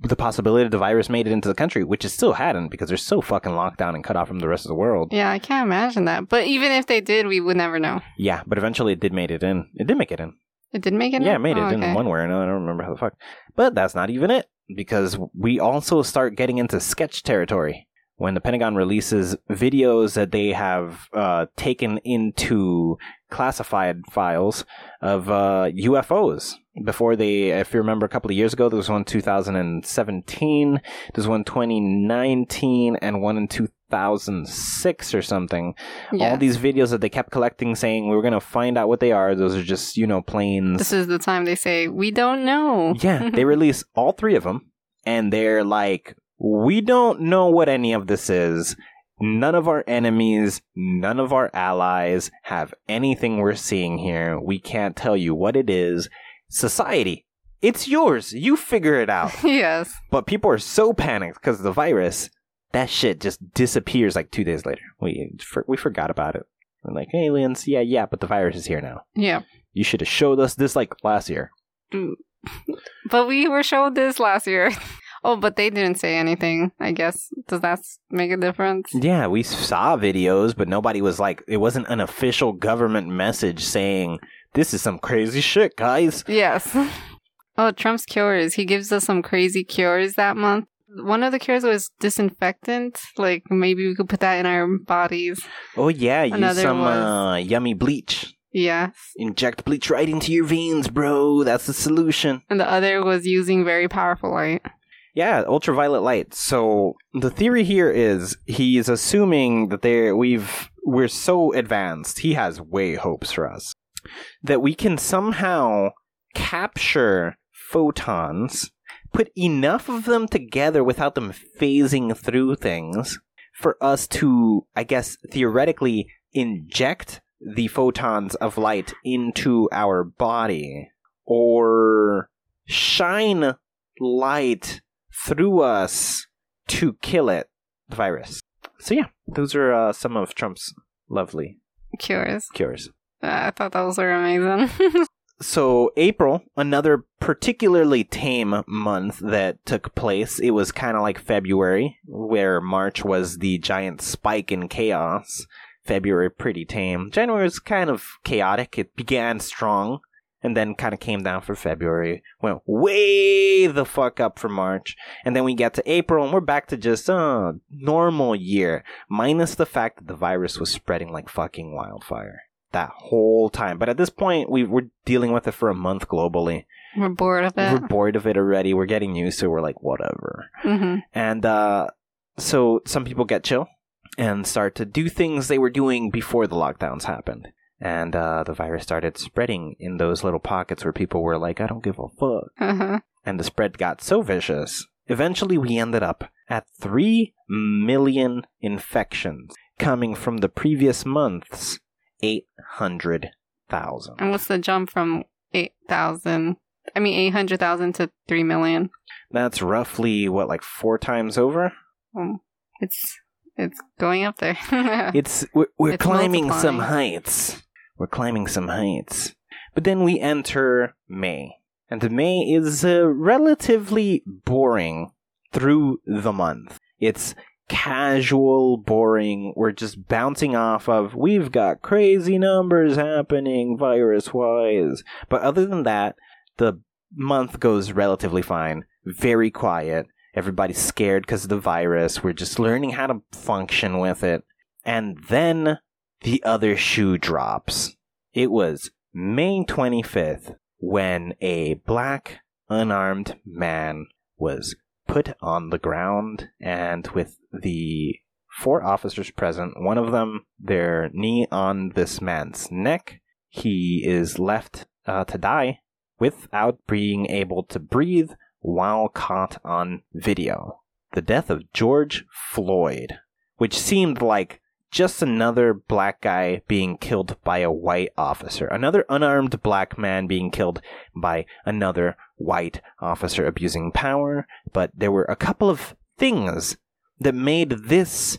D: the possibility the virus made it into the country, which it still hadn't because they're so fucking locked down and cut off from the rest of the world.
E: Yeah, I can't imagine that. But even if they did, we would never know.
D: Yeah, but eventually it did made it in. It did make it in.
E: It did make it.
D: yeah,
E: in?
D: it made it
E: Oh, okay.
D: in one way or another. I don't remember how the fuck. But that's not even it because we also start getting into sketch territory when the Pentagon releases videos that they have uh, taken into classified files of uh, UFOs. Before they, if you remember, a couple of years ago, there was one 2017, there's one 2019, and one in 2006 or something
E: Yeah.
D: all these videos that they kept collecting saying we were going to find out what they are those are just you know planes
E: This is the time they say we don't know.
D: yeah they release all three of them and they're like we don't know what any of this is none of our enemies none of our allies have anything we're seeing here we can't tell you what it is society it's yours you figure it out
E: yes.
D: but people are so panicked because of the virus that shit just disappears like two days later. We for, we forgot about it. We're like aliens, yeah, yeah, but the virus is here now.
E: Yeah.
D: You should have showed us this like last year.
E: But we were showed this last year. oh, but they didn't say anything. I guess does that make a difference?
D: Yeah, we saw videos, but nobody was like, it wasn't an official government message saying this is some crazy shit, guys.
E: Yes. Oh, Trump's cures. He gives us some crazy cures that month. One of the cures was disinfectant. Like maybe we could put that in our bodies.
D: Oh yeah, use
E: Another
D: some
E: was-
D: uh, yummy bleach.
E: Yes.
D: Inject bleach right into your veins, bro. That's the solution.
E: And the other was using very powerful light.
D: Yeah, ultraviolet light. So the theory here is he's assuming that there we've we're so advanced. He has way hopes for us that we can somehow capture photons, put enough of them together without them phasing through things for us to, I guess, theoretically inject the photons of light into our body or shine light through us to kill it, the virus. So yeah, those are uh, some of Trump's lovely
E: Cures.
D: cures.
E: Uh, I thought those were amazing.
D: So April, another particularly tame month that took place. It was kind of like February, where March was the giant spike in chaos. February pretty tame. January was kind of chaotic. It began strong and then kind of came down for February. Went way the fuck up for March. And then we get to April and we're back to just uh normal year minus the fact that the virus was spreading like fucking wildfire that whole time. But at this point, we we're dealing with it for a month globally.
E: we're bored of it.
D: We're bored of it already. We're getting used to. it. We're like whatever.
E: hmm
D: And uh, so some people get chill and start to do things they were doing before the lockdowns happened. And uh, the virus started spreading in those little pockets where people were like, I don't give a fuck
E: Uh-huh.
D: and the spread got so vicious, eventually we ended up at 3 million infections coming from the previous months 800,000.
E: And what's the jump from 8,000? I mean, 800,000 to 3 million.
D: That's roughly, what, like four times over?
E: Um, it's it's going up there.
D: It's we're, we're
E: It's
D: climbing some
E: multiplying.
D: heights. We're climbing some heights. But then we enter May, and May is uh, relatively boring through the month. It's casual boring. We're just bouncing off of we've got crazy numbers happening virus wise. But other than that, the month goes relatively fine, very quiet. Everybody's scared because of the virus. We're just learning how to function with it. And then the other shoe drops. It was May 25th when a black unarmed man was put on the ground and with the four officers present, one of them their knee on this man's neck, he is left uh, to die without being able to breathe while caught on video. The death of George Floyd, which seemed like just another black guy being killed by a white officer, another unarmed black man being killed by another white officer abusing power, but there were a couple of things that made this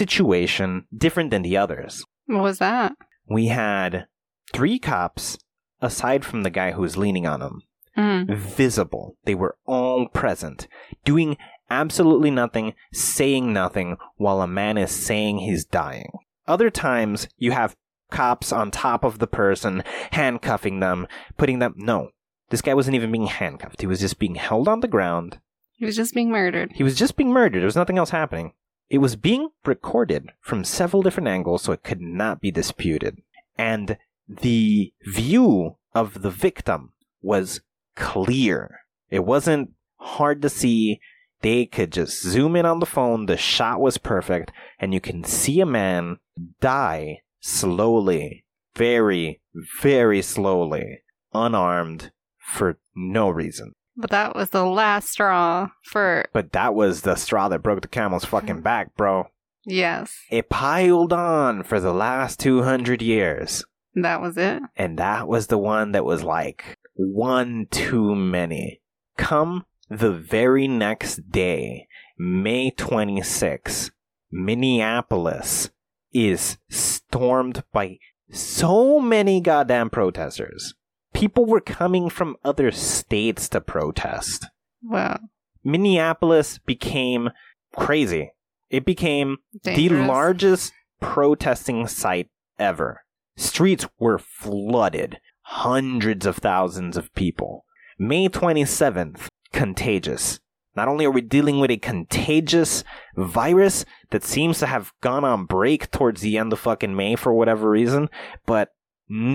D: situation different than the others
E: what was that?
D: we had three cops aside from the guy who was leaning on him
E: Mm.
D: visible they were all present doing absolutely nothing saying nothing while a man is saying he's dying other times you have cops on top of the person handcuffing them putting them no this guy wasn't even being handcuffed he was just being held on the ground
E: He was just being murdered.
D: he was just being murdered. There was nothing else happening. It was being recorded from several different angles, so it could not be disputed. And the view of the victim was clear. It wasn't hard to see. They could just zoom in on the phone. The shot was perfect. And you can see a man die slowly, very, very slowly, unarmed, for no reason.
E: But that was the last straw for
D: But that was the straw that broke the camel's fucking back, bro.
E: yes.
D: It piled on for the last 200 years.
E: That was it.
D: And that was the one that was like one too many. Come the very next day, May 26, Minneapolis is stormed by so many goddamn protesters. People were coming from other states to protest.
E: Wow.
D: Minneapolis became crazy. It became the
E: Dangerous.
D: largest protesting site ever. Streets were flooded, hundreds of thousands of people. May 27th, contagious. Not only are we dealing with a contagious virus that seems to have gone on break towards the end of fucking May for whatever reason, but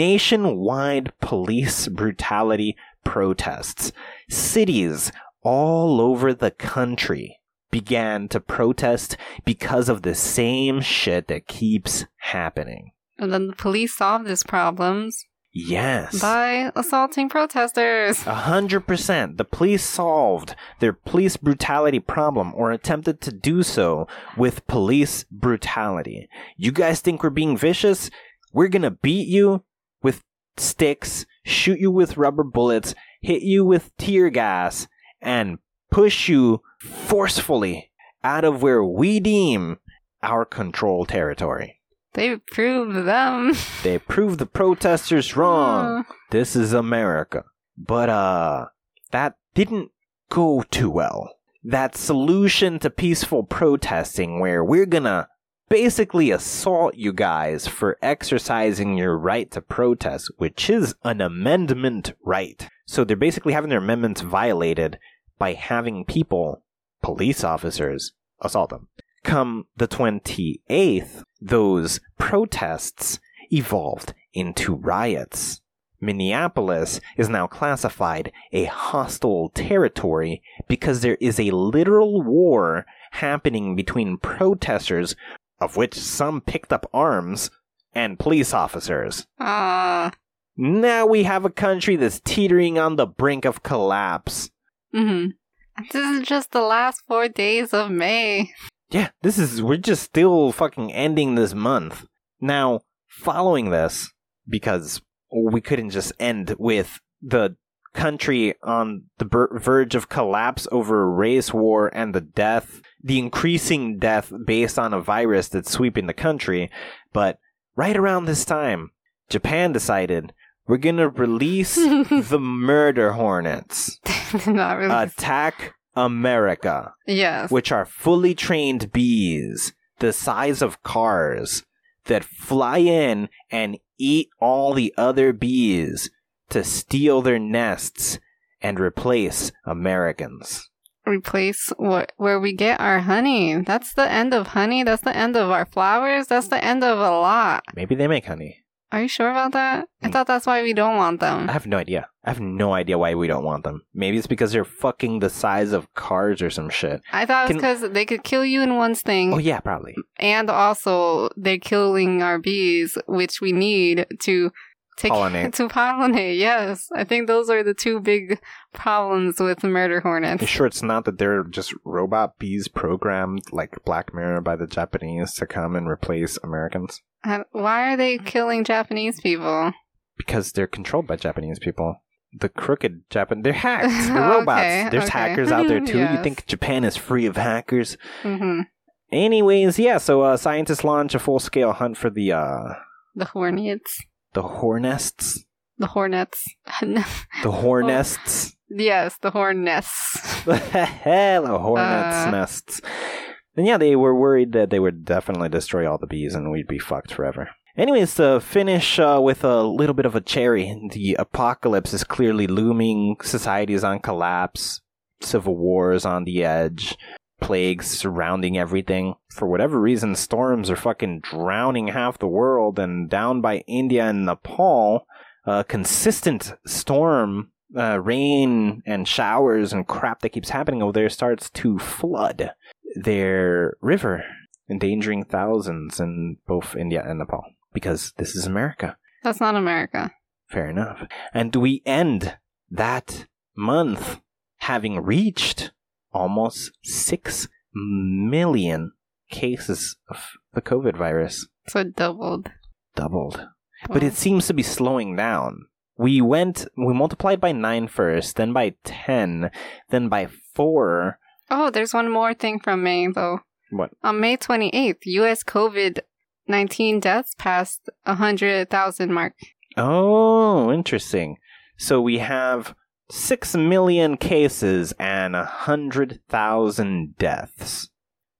D: nationwide police brutality protests. Cities all over the country began to protest because of the same shit that keeps happening.
E: And then the police solved these problems
D: Yes.
E: by assaulting protesters.
D: A hundred percent. The police solved their police brutality problem or attempted to do so with police brutality. You guys think we're being vicious? We're gonna beat you with sticks, shoot you with rubber bullets, hit you with tear gas, and push you forcefully out of where we deem our control territory.
E: They proved them
D: They proved the protesters wrong this is America. But uh that didn't go too well. That solution to peaceful protesting where we're gonna basically assault you guys for exercising your right to protest, which is an amendment right. So they're basically having their amendments violated by having people, police officers, assault them. Come the 28th, those protests evolved into riots. Minneapolis is now classified a hostile territory because there is a literal war happening between protesters, of which some picked up arms, and police officers.
E: Ah.
D: Now we have a country that's teetering on the brink of collapse.
E: hmm This is just the last four days of May.
D: Yeah, this is, we're just still fucking ending this month. Now, Following this, because we couldn't just end with the country on the ber- verge of collapse over race war and the death, the increasing death based on a virus that's sweeping the country. But right around this time, Japan decided we're going to release the murder hornets,
E: Not really.
D: attack America,
E: yes.
D: which are fully trained bees the size of cars that fly in and eat all the other bees to steal their nests and replace Americans.
E: replace what where we get our honey. That's the end of honey. That's the end of our flowers. That's the end of a lot.
D: Maybe they make honey.
E: Are you sure about that? I thought that's why we don't want them.
D: I have no idea. I have no idea why we don't want them. Maybe it's because they're fucking the size of cars or some shit.
E: I thought it was
D: Can-
E: because they could kill you in one sting,
D: Oh yeah, probably.
E: and also they're killing our bees, which we need to take
D: Pollinate.
E: to pollinate. Yes, I think those are the two big problems with murder
D: You
E: hornets.
D: sure it's not that they're just robot bees programmed like Black Mirror by the Japanese to come and replace Americans?
E: Uh, Why are they killing Japanese people?
D: because they're controlled by Japanese people. The crooked Japan, they're hacked. They're robots.
E: Okay,
D: There's
E: okay.
D: hackers out there too. You
E: Yes.
D: think Japan is free of hackers?
E: hmm
D: Anyways, yeah. So uh, scientists launch a full-scale hunt for the uh,
E: The hornets.
D: the hornests.
E: The hornets.
D: The hornests.
E: Yes, the horn nests.
D: the hornets
E: Uh.
D: nests. And yeah, they were worried that they would definitely destroy all the bees and we'd be fucked forever. Anyways, to finish uh, with a little bit of a cherry, the apocalypse is clearly looming. Society is on collapse. Civil war is on the edge. Plagues surrounding everything. For whatever reason, storms are fucking drowning half the world and down by India and Nepal uh, consistent storm, uh, rain, and showers and crap that keeps happening over there starts to flood their river, endangering thousands in both India and Nepal. Because this is America.
E: That's not America.
D: Fair enough. And we end that month having reached almost 6 million cases of the COVID virus.
E: So it doubled.
D: Doubled. but it seems to be slowing down. We went, we multiplied by nine first, then by 10, then by 4.
E: Oh, there's one more thing from May though.
D: What?
E: On May 28th, U.S. COVID 19 deaths passed 100,000 mark.
D: Oh, interesting. So we have 6 million cases and 100,000 deaths,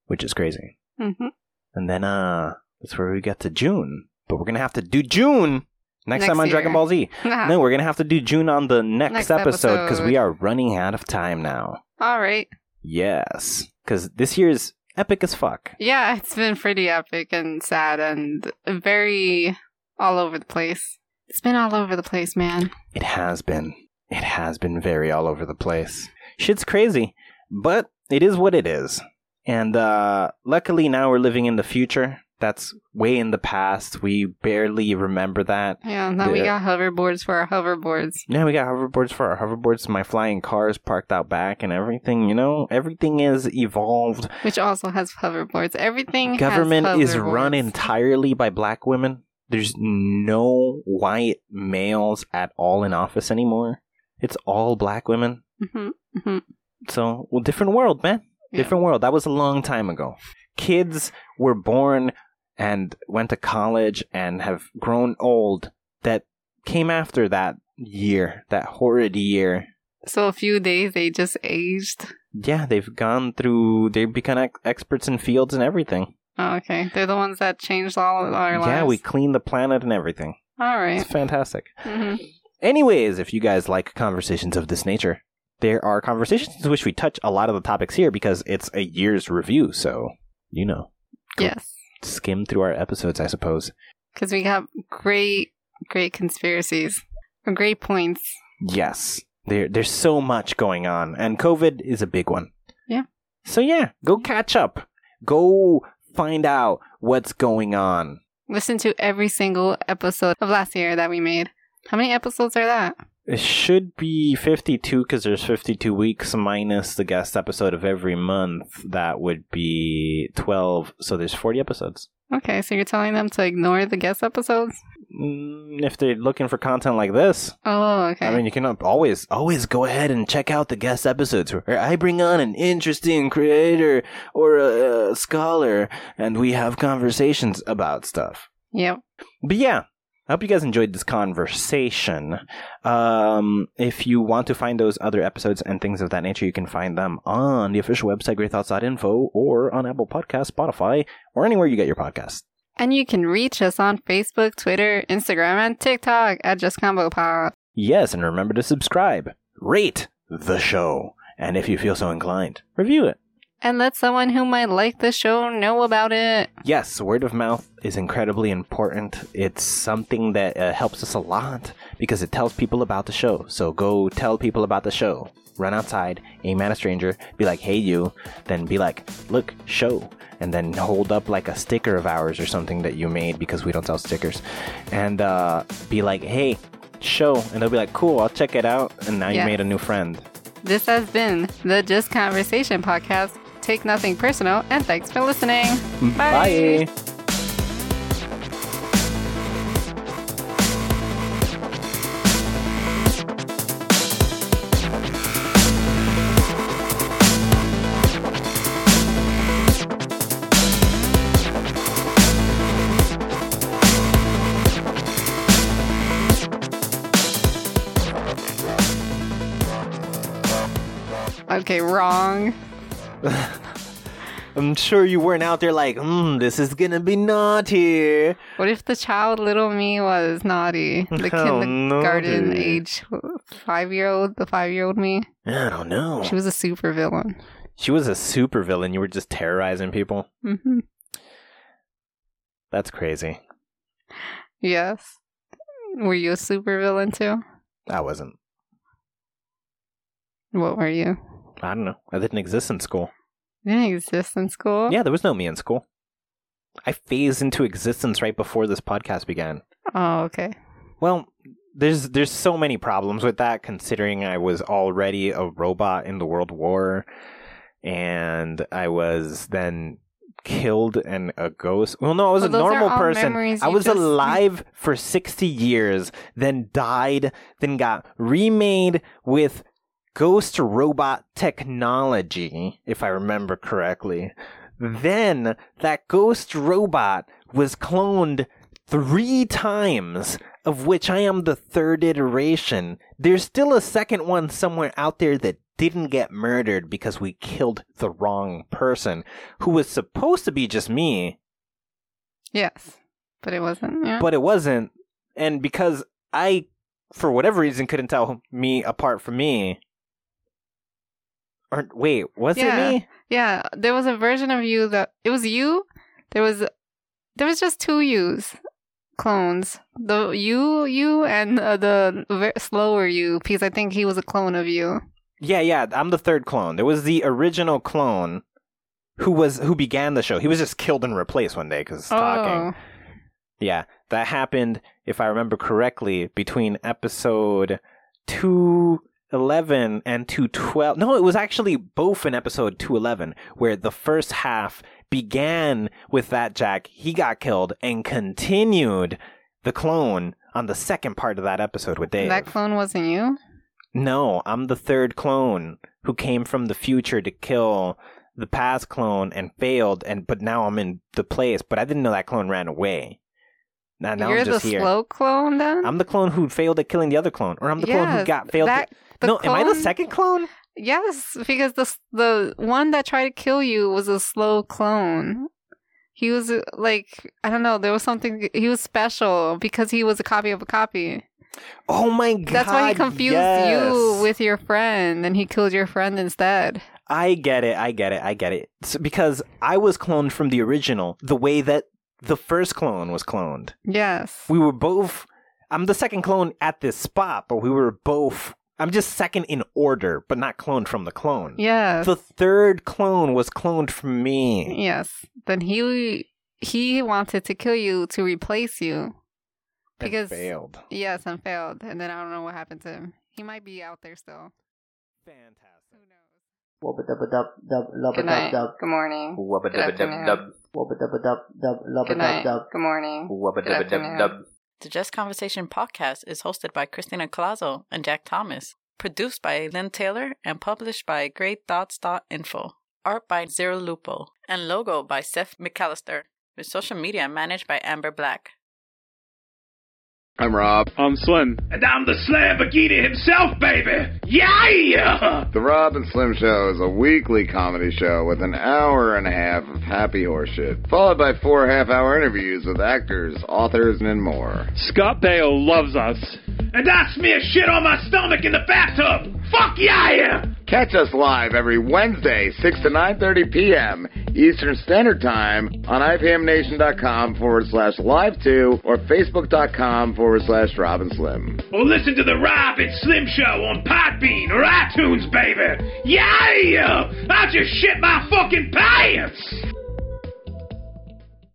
D: which is crazy.
E: Mm-hmm.
D: And then, uh, that's where we get to June. But we're gonna have to do June next,
E: Next
D: time on Dragon
E: year.
D: Ball Z. No, we're gonna have to do June on the next,
E: Next
D: episode because we
E: episode.
D: are running out of time now.
E: All right.
D: Yes, because this year's epic as fuck.
E: Yeah, it's been pretty epic and sad and very all over the place. It's been all over the place, man.
D: It has been. It has been very all over the place. Shit's crazy, but it is what it is. And uh, luckily now we're living in the future. That's way in the past. We barely remember that.
E: Yeah, now we
D: Yeah.
E: got hoverboards for our hoverboards.
D: Now we got hoverboards for our hoverboards, my flying cars parked out back, and everything. You know, everything is evolved.
E: Which also has hoverboards. Everything has
D: Government is
E: hoverboards.
D: run entirely by black women. There's no white males at all in office anymore. It's all black women.
E: Mhm.
D: So, well, different world, man.
E: Yeah.
D: Different world. That was a long time ago. Kids were born and went to college and have grown old that came after that year, that horrid year.
E: So a few days they just aged.
D: Yeah, they've gone through, they've become ex- experts in fields and everything.
E: Oh, okay, they're the ones that changed all of our lives.
D: Yeah, we clean the planet and everything.
E: All right.
D: It's fantastic.
E: Mhm.
D: Anyways, if you guys like conversations of this nature, there are conversations in which we touch a lot of the topics here because it's a year's review, so you know.
E: Yes,
D: skim through our episodes, I suppose.
E: because we got great, great conspiracies, or great points.
D: Yes. There there's so much going on and COVID is a big one.
E: Yeah.
D: So yeah, go catch up. Go find out what's going on.
E: Listen to every single episode of last year that we made. How many episodes are that?
D: It should be 52 because there's 52 weeks minus the guest episode of every month. That would be 12. So there's 40 episodes.
E: Okay, so you're telling them to ignore the guest episodes?
D: Mm, If they're looking for content like this,
E: Oh, okay.
D: I mean, you can always, always go ahead and check out the guest episodes where I bring on an interesting creator or a, a scholar and we have conversations about stuff.
E: yep.
D: But yeah, I hope you guys enjoyed this conversation. Um, if you want to find those other episodes and things of that nature, you can find them on the official website, greatthoughts.info, or on Apple Podcasts, Spotify, or anywhere you get your podcasts.
E: And you can reach us on Facebook, Twitter, Instagram, and TikTok at Just Combo Pod.
D: Yes, and remember to subscribe, rate the show, and if you feel so inclined, review it.
E: And let someone who might like the show know about it.
D: Yes, word of mouth is incredibly important. It's something that uh, helps us a lot because it tells people about the show. So go tell people about the show. Run outside, aim at a stranger, be like, hey, you. Then be like, look, show. And then hold up like a sticker of ours or something that you made because we don't sell stickers. And uh, be like, hey, show. And they'll be like, cool, I'll check it out. And now
E: Yeah.
D: you made a new friend.
E: This has been the Just Conversation podcast. Take nothing personal, and thanks for listening.
D: Bye.
E: Okay, wrong.
D: I'm sure you weren't out there like, mm, this is gonna be naughty.
E: What if the child little me was naughty? The
D: Oh,
E: kindergarten
D: naughty.
E: age five year old, the five year old me.
D: I don't know.
E: She was a super villain.
D: She was a supervillain. You were just terrorizing people.
E: hmm
D: That's crazy.
E: Yes. Were you a super villain too?
D: I wasn't.
E: What were you?
D: I don't know. I didn't exist in school.
E: Didn't exist in school.
D: Yeah, there was no me in school. I phased into existence right before this podcast began.
E: Oh, okay.
D: Well, there's there's so many problems with that considering I was already a robot in the World War and I was then killed and a ghost. Well, no, I was
E: Well,
D: a
E: those are
D: normal
E: all
D: person.
E: memories
D: I
E: you
D: was
E: just-
D: alive for 60 years, then died, then got remade with ghost robot technology, if I remember correctly. Then that ghost robot was cloned three times, of which I am the third iteration. There's still a second one somewhere out there that didn't get murdered because we killed the wrong person, who was supposed to be just me,
E: Yes, but it wasn't. Yeah.
D: but it wasn't. And because I, for whatever reason, couldn't tell me apart from me. Or wait, was
E: Yeah.
D: it me?
E: yeah, there was a version of you that it was you. There was there was just two yous clones. The you you and uh, the ver- slower you because I think he was a clone of you.
D: Yeah, yeah. I'm the third clone. There was the original clone, who was who began the show. He was just killed and replaced one day because talking.
E: Oh,
D: Yeah, that happened, if I remember correctly, between episode 211 and 212. No, it was actually both in episode 211, where the first half began with that Jack. He got killed and continued the clone on the second part of that episode with Dave.
E: that clone wasn't you.
D: No, I'm the third clone who came from the future to kill the past clone and failed, and but now I'm in the place. But I didn't know that clone ran away. Now, now
E: You're
D: I'm
E: the
D: just here.
E: slow clone then.
D: I'm the clone who failed at killing the other clone, or I'm the clone who
E: Yes,
D: got failed.
E: that-
D: at...
E: the
D: no, am I the
E: clone-
D: second clone?
E: Yes, because the s- the one that tried to kill you was a slow clone. He was uh, like I don't know. There was something he was special because he was a copy of a copy.
D: Oh my god!
E: That's why he confused
D: yes.
E: you with your friend, and he killed your friend instead.
D: I get it. I get it. I get it. So- because I was cloned from the original, the way that the first clone was cloned.
E: Yes.
D: we were both i'm the second clone at this spot but we were both i'm just second in order but not cloned from the clone
E: Yes.
D: the third clone was cloned from me
E: yes. Then he he wanted to kill you to replace you.
D: and
E: Because-
D: failed.
E: Yes, and failed. And then I don't know what happened to him. He might be out there still.
D: Fantastic.
E: Who knows?
F: Wubba dubba dub dub lubba
E: Good
F: dub
E: night.
F: dub
E: Good morning.
G: Wubba
E: Good
G: dubba dub
E: afternoon.
G: dub.
F: wubba dubba dub dub lubba
E: Good
F: dub
E: night.
F: dub.
E: Good morning.
G: Wubba
E: Good
G: dubba dub
E: afternoon.
G: dub.
C: The Just Conversation podcast is hosted by Christina Colazo and Jack Thomas, produced by Lynn Taylor, and published by GreatThoughts.info. Art by Zero Lupo, and logo by Seth McAllister, with social media managed by Amber Black.
H: I'm Rob. I'm Slim. And I'm the Slambagina himself, baby! Yeah! The Rob and Slim Show is a weekly comedy show with an hour and a half of happy horseshit, followed by four half hour interviews with actors, authors, and more. Scott Baio loves us. And I smear shit on my stomach in the bathtub! Fuck yeah! yeah. Catch us live every Wednesday, 6 to 9.30 p.m. Eastern Standard Time on IPMNation.com forward slash live 2 or Facebook.com forward slash Robin Slim. Or listen to the Robin Slim Show on Podbean or iTunes, baby! Yeah! I just shit my fucking pants!